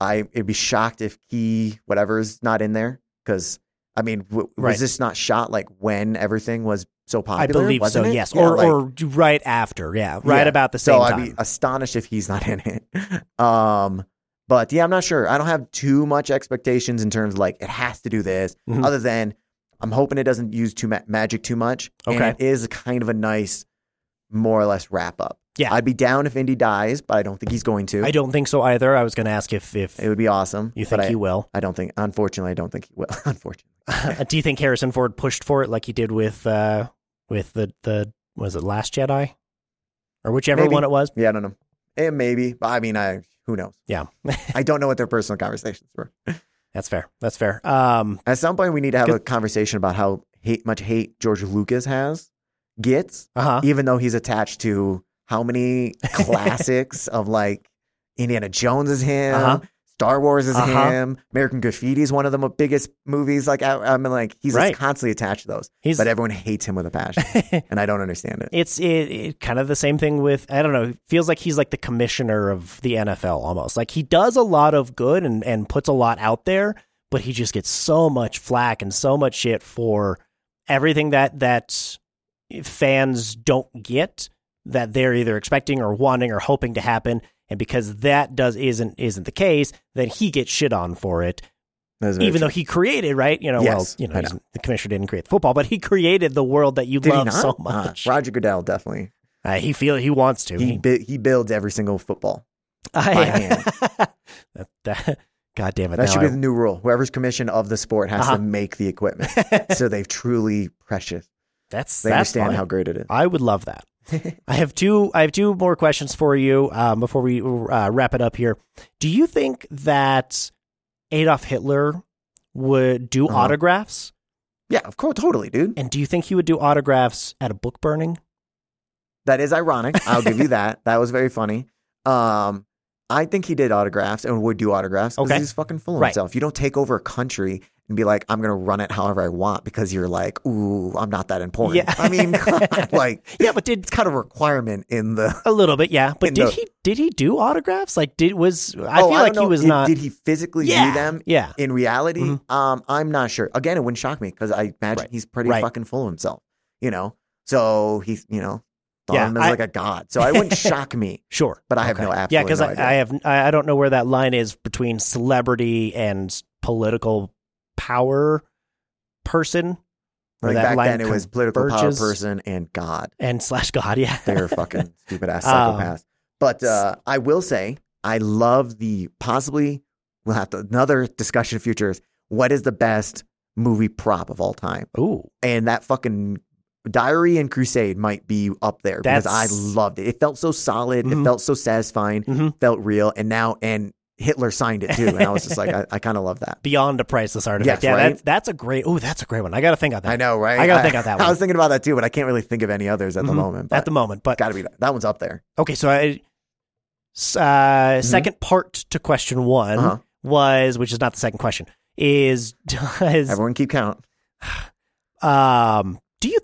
I it'd be shocked if he whatever is not in there because I mean w-
Right.
was this not shot like when everything was so popular?
I believe
wasn't
so.
it?
Yes,
Yeah,
or
like-
or right after. Yeah, right
Yeah.
about the same
so I'd
time.
be astonished if he's not in it. Um, but yeah, I'm not sure. I don't have too much expectations in terms of like it has to do this.
Mhm.
Other than I'm hoping it doesn't use too ma- magic too much. and
Okay.
it is kind of a nice, more or less wrap up.
Yeah.
I'd be down if Indy dies, but I don't think he's going to.
I don't think so either. I was going to ask if if
it would be awesome.
you
but
think
I,
he will. Uh,
I don't think. Unfortunately, I don't think he will. unfortunately,
Do you think Harrison Ford pushed for it like he did with uh with the the was it Last Jedi or whichever
Maybe.
one it was?
yeah, I don't know. It maybe, but I mean, I who knows?
Yeah,
I don't know what their personal conversations were.
that's fair. That's fair. Um,
At some point, we need to have
Good.
a conversation about how hate, much hate George Lucas has gets,
uh huh.
even though he's attached to how many classics of like Indiana Jones is him,
Uh-huh.
Star Wars is
Uh-huh.
him, American Graffiti is one of the mo- biggest movies. Like I, I mean, like he's
Right.
just constantly attached to those,
He's
but everyone hates him with a passion, and I don't understand it.
it's it, it kind of the same thing with I don't know. it Feels like he's like the commissioner of the NFL almost. Like he does a lot of good and and puts a lot out there, but he just gets so much flack and so much shit for everything that that fans don't get. that they're either expecting or wanting or hoping to happen. And because that does isn't isn't the case, then he gets shit on for it.
That is very
Even
true.
though he created, right? You know,
Yes,
well, you know,
I know.
he's- the commissioner didn't create the football, but he created the world that you
Did he
love
not?
so
Uh,
much.
Roger Goodell definitely.
Uh, he feel he wants to.
He bu- he builds every single football.
I-
by hand.
that, that, God damn it!
That
now
should
I-
be the new rule. Whoever's commissioned of the sport has
Uh-huh.
to make the equipment. so they've truly precious.
that's
They
that's
understand
fine.
how great it is.
I would love that. I have two. I have two more questions for you um, before we uh, wrap it up here. Do you think that Adolf Hitler would do
Uh-huh.
autographs,
yeah, of course, totally, dude.
and do you think he would do autographs at a book burning?
That is ironic. I'll give you that. That was very funny. Um, I think he did autographs and would do autographs because
Okay.
he's fucking full of
Right.
himself. You don't take over a country and be like, I'm gonna run it however I want because you're like, ooh, I'm not that important.
Yeah.
I mean, God, like
Yeah, but did
it's kind of a requirement in the.
a little bit. Yeah, but
In
did
the-
he did he do autographs? Like did was I feel
Oh, don't
like he
know.
was
Did-
not.
Did he physically
yeah,
do them?
Yeah.
In reality,
Mhm.
um, I'm not sure. Again, it wouldn't shock me because I imagine
Right.
he's pretty
Right.
fucking full of himself, you know? So he's, you know, thought
Yeah,
of him as
I-
like a god. So it wouldn't shock me,
Sure.
but I have no
Yeah,
absolutely
because
no
I,
idea.
I have I I don't know where that line is between celebrity and political power person.
I
Where
think
that
back
line
then it was political power
converges.
person and god.
and slash God. Yeah,
They were fucking stupid ass
Um,
psychopaths. but uh, I will say, I love the possibly, we'll have to, another discussion in future is what is the best movie prop of all time?
Ooh,
and that fucking Diary and Crusade might be up there
That's-
because I loved it. It felt so solid.
Mhm.
It felt so satisfying.
Mhm.
Felt real. And now, and Hitler signed it too. And I was just like, I, I kind of love that.
beyond a priceless artifact.
Yes,
yeah,
right?
that's that's a great. Ooh, that's a great one. I got to think on that
I know, right?
I gotta think of that
I
one.
was thinking about that too, but I can't really think of any others at
Mhm.
the moment. But
at the moment. But
gotta be that. That one's up there.
okay, so I s- uh, second part to question one
Mm-hmm. Uh-huh.
was, which is not the second question, is does
Everyone keep count.
um do you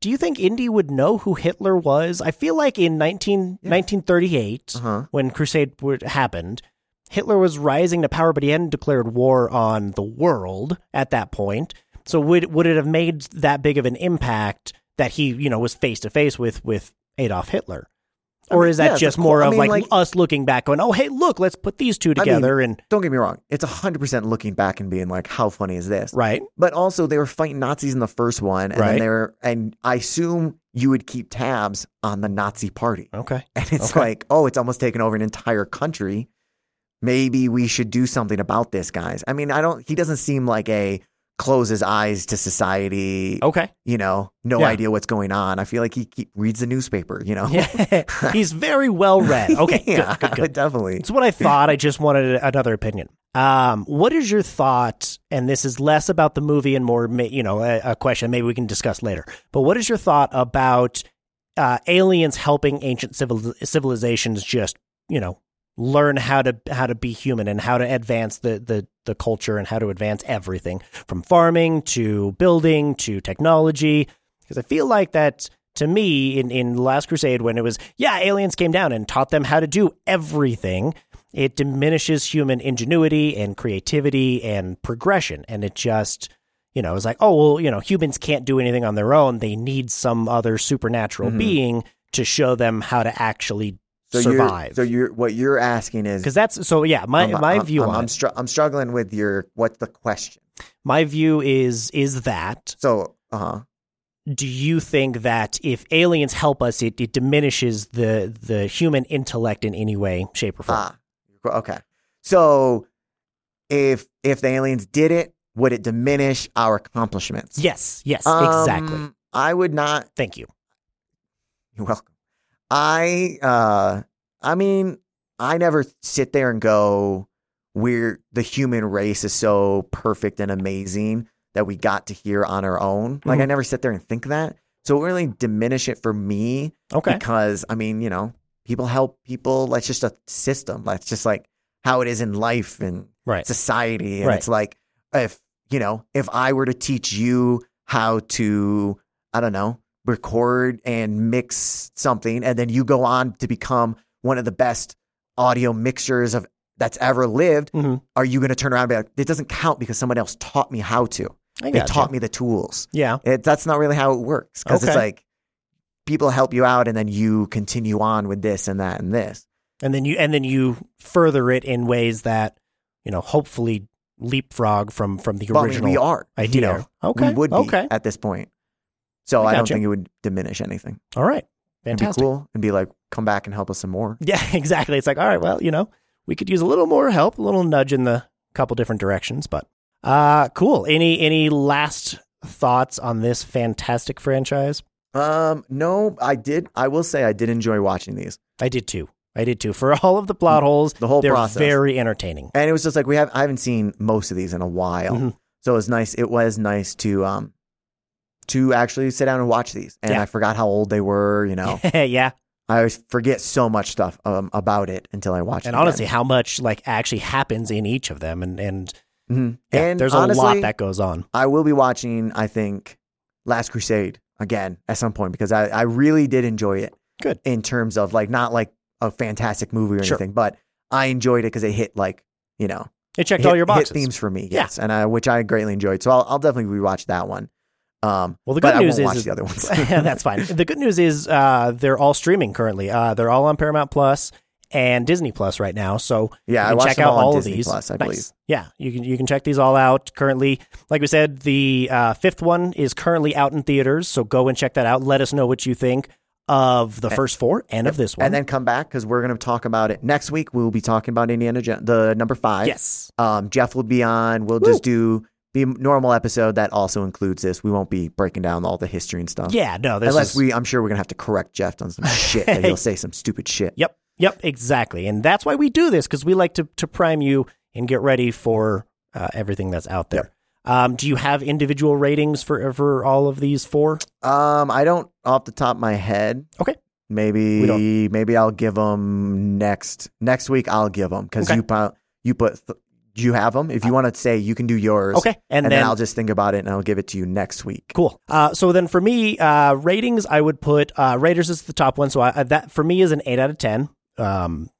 do you think Indy would know who Hitler was? I feel like in 19,
Yeah.
1938,
Uh huh.
when Crusade would- happened, Hitler was rising to power, but he hadn't declared war on the world at that point. So would would it have made that big of an impact that he you know was face to face with with Adolf Hitler,
I
or
mean,
is that
yeah, it's
just
a cool-
more
I
of
mean,
like,
like-
us looking back, going, oh hey, look, let's put these two
mean-
together and
Don't get me wrong. It's 100% looking back and being like, how funny is this?
right,
But also, they were fighting Nazis in the first one. And
Right.
then they were, and I assume you would keep tabs on the Nazi party.
okay,
And it's
Okay.
like, oh, it's almost taken over an entire country. Maybe we should do something about this, guys. I mean, I don't, he doesn't seem like a close his eyes to society,
okay,
you know, no
Oh. Yeah.
idea what's going on. I feel like he keep, reads the newspaper, you know?
yeah, he's very well read. Okay,
yeah,
good, good, good.
definitely.
It's what I thought. I just wanted another opinion. Um, what is your thought? And this is less about the movie and more, ma- you know, a, a question maybe we can discuss later. But what is your thought about uh, aliens helping ancient civil- civilizations just, you know, learn how to how to be human and how to advance the, the the culture and how to advance everything from farming to building to technology? Because I feel like that to me in in The Last Crusade when it was yeah aliens came down and taught them how to do everything it diminishes human ingenuity and creativity and progression and it just you know it's like oh well you know humans can't do anything on their own they need some other supernatural
Mhm.
being to show them how to actually survive
You're, so you're, what you're asking is,
because that's so yeah my
I'm-
my
I'm-
view
I'm,
on
I'm,
it-
str- I'm struggling with your, what's the question?
my view is is that
So, uh huh.
do you think that if aliens help us it, it diminishes the the human intellect in any way shape or form
Ah, okay. So, if if the aliens did it, would it diminish our accomplishments?
Yes, yes, exactly.
Um, I would not.
Thank you.
You're welcome. I uh, I mean, I never sit there and go, "We're the human race is so perfect and amazing that we got to here on our own." Like
Mm-hmm.
I never sit there and think that. So it wouldn't really diminish it for me
Okay.
because I mean, you know, people help people. That's just a system. That's just like how it is in life and
Right.
society. And
Right.
it's like if you know, if I were to teach you how to, I don't know, record and mix something, and then you go on to become one of the best audio mixers of that's ever lived,
Mhm.
are you going to turn around and be like, it doesn't count because someone else taught me how to?
I
They
gotcha.
taught me the tools.
Yeah.
It, that's not really how it works because
Okay.
it's like people help you out and then you continue on with this and that and this.
and then you and then you further it in ways that you know hopefully leapfrog from from the
But I mean,
original
we are
idea.
here.
Okay,
We would be
okay,
at this point. So
I
I, don't
gotcha.
think it would diminish anything.
all right,
It'd be
fantastic.
cool and be like, come back and help us some more.
Yeah, exactly. It's like all right, well, you know, we could use a little more help, a little nudge in the couple different directions, but uh, cool. Any any last thoughts on this fantastic franchise?
Um, no, I did. I will say I did enjoy watching these.
I did too. I did too. For all of the plot holes,
The Mm-hmm. whole
they're
process.
very entertaining.
and it was just like we have I haven't seen most of these in a while.
Mhm.
So it was nice. It was nice to um to actually sit down and watch these. And
Yeah.
I forgot how old they were, you know.
yeah,
I always forget so much stuff um, about it until I watch it.
and
again.
honestly, how much like actually happens in each of them, and and,
Mhm.
yeah,
and
there's a
honestly,
lot that goes on.
I will be watching, I think, Last Crusade again at some point because I, I really did enjoy it.
Good.
In terms of like not like a fantastic movie or
Sure.
anything, but I enjoyed it because it hit like, you know,
It checked
hit,
all your
hit
boxes.
themes for me.
Yeah.
Yes, and I, which I greatly enjoyed. So I'll, I'll definitely rewatch that one. Um,
Well, the
but
good
I
news
won't
is,
watch
is-
the other ones.
that's fine. The good news is uh, they're all streaming currently. Uh, they're all on Paramount Plus and Disney Plus right now. So
yeah.
you
I
can
watched
check
them
out
all, on
all of
Disney
these.
Plus, I
Nice.
believe.
Yeah, you can you can check these all out currently. Like we said, the uh, fifth one is currently out in theaters. So go and check that out. Let us know what you think of the first four and of this one.
And then come back because we're going to talk about it next week. We'll be talking about Indiana Jones, the number five.
yes,
Um, Jeff will be on. We'll just do the normal episode that also includes this. We won't be breaking down all the history and stuff.
yeah, no, this
Unless
is-
we, I'm sure we're going to have to correct Jeff on some shit. that he'll say some stupid shit.
Yep. Yep. Exactly. And that's why we do this because we like to, to prime you and get ready for uh, everything that's out there. Um, do you have individual ratings for, for all of these four?
Um, I don't off the top of my head.
Okay. We
Maybe maybe I'll give them next next week. I'll give them because
Okay. Uh,
you put you put th- you have them. If you want to say you can do yours,
Okay. And,
and,
then,
then, I'll just think about it and I'll give it to you next week.
cool. Uh, so then for me, uh, ratings, I would put uh, Raiders is the top one. So I, that for me is an eight out of 10. Um,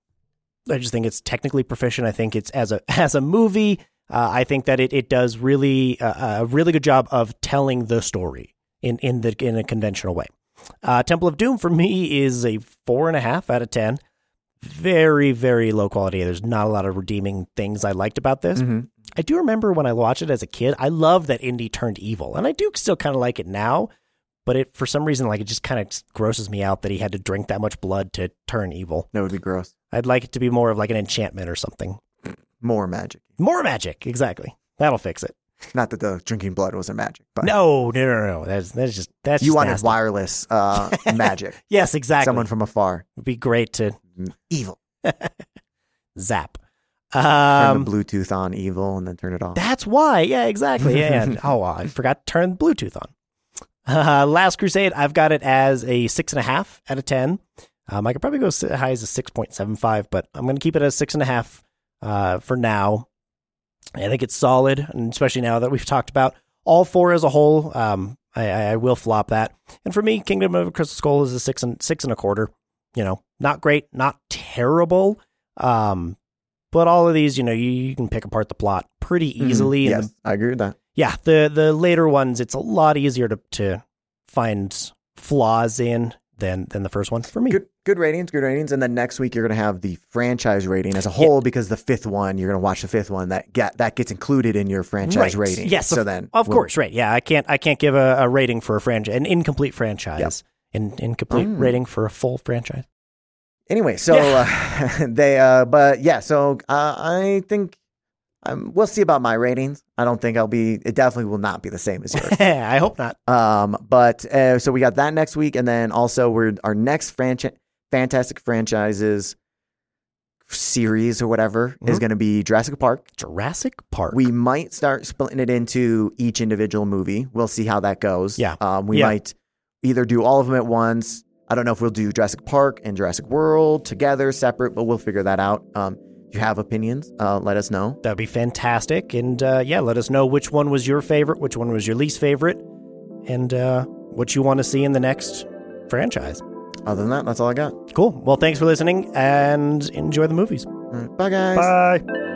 I just think it's technically proficient. I think it's as a as a movie. Uh, I think that it it does really uh, a really good job of telling the story in in the in a conventional way. Uh, Temple of Doom for me is a four and a half out of ten. Very very low quality. There's not a lot of redeeming things I liked about this.
Mhm.
I do remember when I watched it as a kid. I love that Indy turned evil, and I do still kind of like it now. But it for some reason like it just kind of grosses me out that he had to drink that much blood to turn evil.
That would be gross.
I'd like it to be more of like an enchantment or something.
More magic.
More magic, exactly. That'll fix it.
Not that the drinking blood wasn't magic, but
No, no, no, no. That's that's just that's
you
just
wanted
nasty.
wireless uh, magic.
Yes, exactly.
Someone from afar,
would be great to
evil.
zap.
Turn
Um,
the Bluetooth on evil and then turn it off.
That's why. Yeah, exactly. Yeah, And oh, I forgot to turn Bluetooth on. Uh, Last Crusade, I've got it as a six and a half out of ten. Um, I could probably go as high as a six point seven five, but I'm going to keep it as six and a half uh, for now. I think it's solid, and especially now that we've talked about all four as a whole. Um, I, I I will flop that, and for me, Kingdom of the Crystal Skull is a six and six and a quarter. You know, not great, not terrible. Um, but all of these, you know, you, you can pick apart the plot pretty
Mhm.
easily. and
Yes, I agree with that.
yeah, the the later ones, it's a lot easier to to find flaws in than than the first one for me.
Good, good ratings, good ratings. And then next week you're going to have the franchise rating as a whole because the fifth one you're going to watch the fifth one that get that gets included in your franchise
Right.
rating.
Yes,
so then
Of
we'll-
course, right? Yeah, I can't I can't give a, a rating for a franchise, an incomplete franchise, an incomplete
Mm.
rating for a full franchise.
Anyway, so uh, they, uh, but yeah, so uh, I think um, we'll see about my ratings. I don't think I'll be. It definitely will not be the same as yours.
I hope not.
um, but uh, so we got that next week, and then also we're our next franchise, fantastic franchises series or whatever is
Mhm.
going to be Jurassic Park.
Jurassic Park.
We might start splitting it into each individual movie. We'll see how that goes.
Yeah.
Um, we
Yeah.
might either do all of them at once. I don't know if we'll do Jurassic Park and Jurassic World together, separate, but we'll figure that out. Um, if you have opinions, uh, let us know.
that'd be fantastic. And uh, yeah, let us know which one was your favorite, which one was your least favorite, and uh, what you want to see in the next franchise.
Other than that, that's all I got.
Cool. Well, thanks for listening and enjoy the movies.
All right. Bye, guys.
Bye.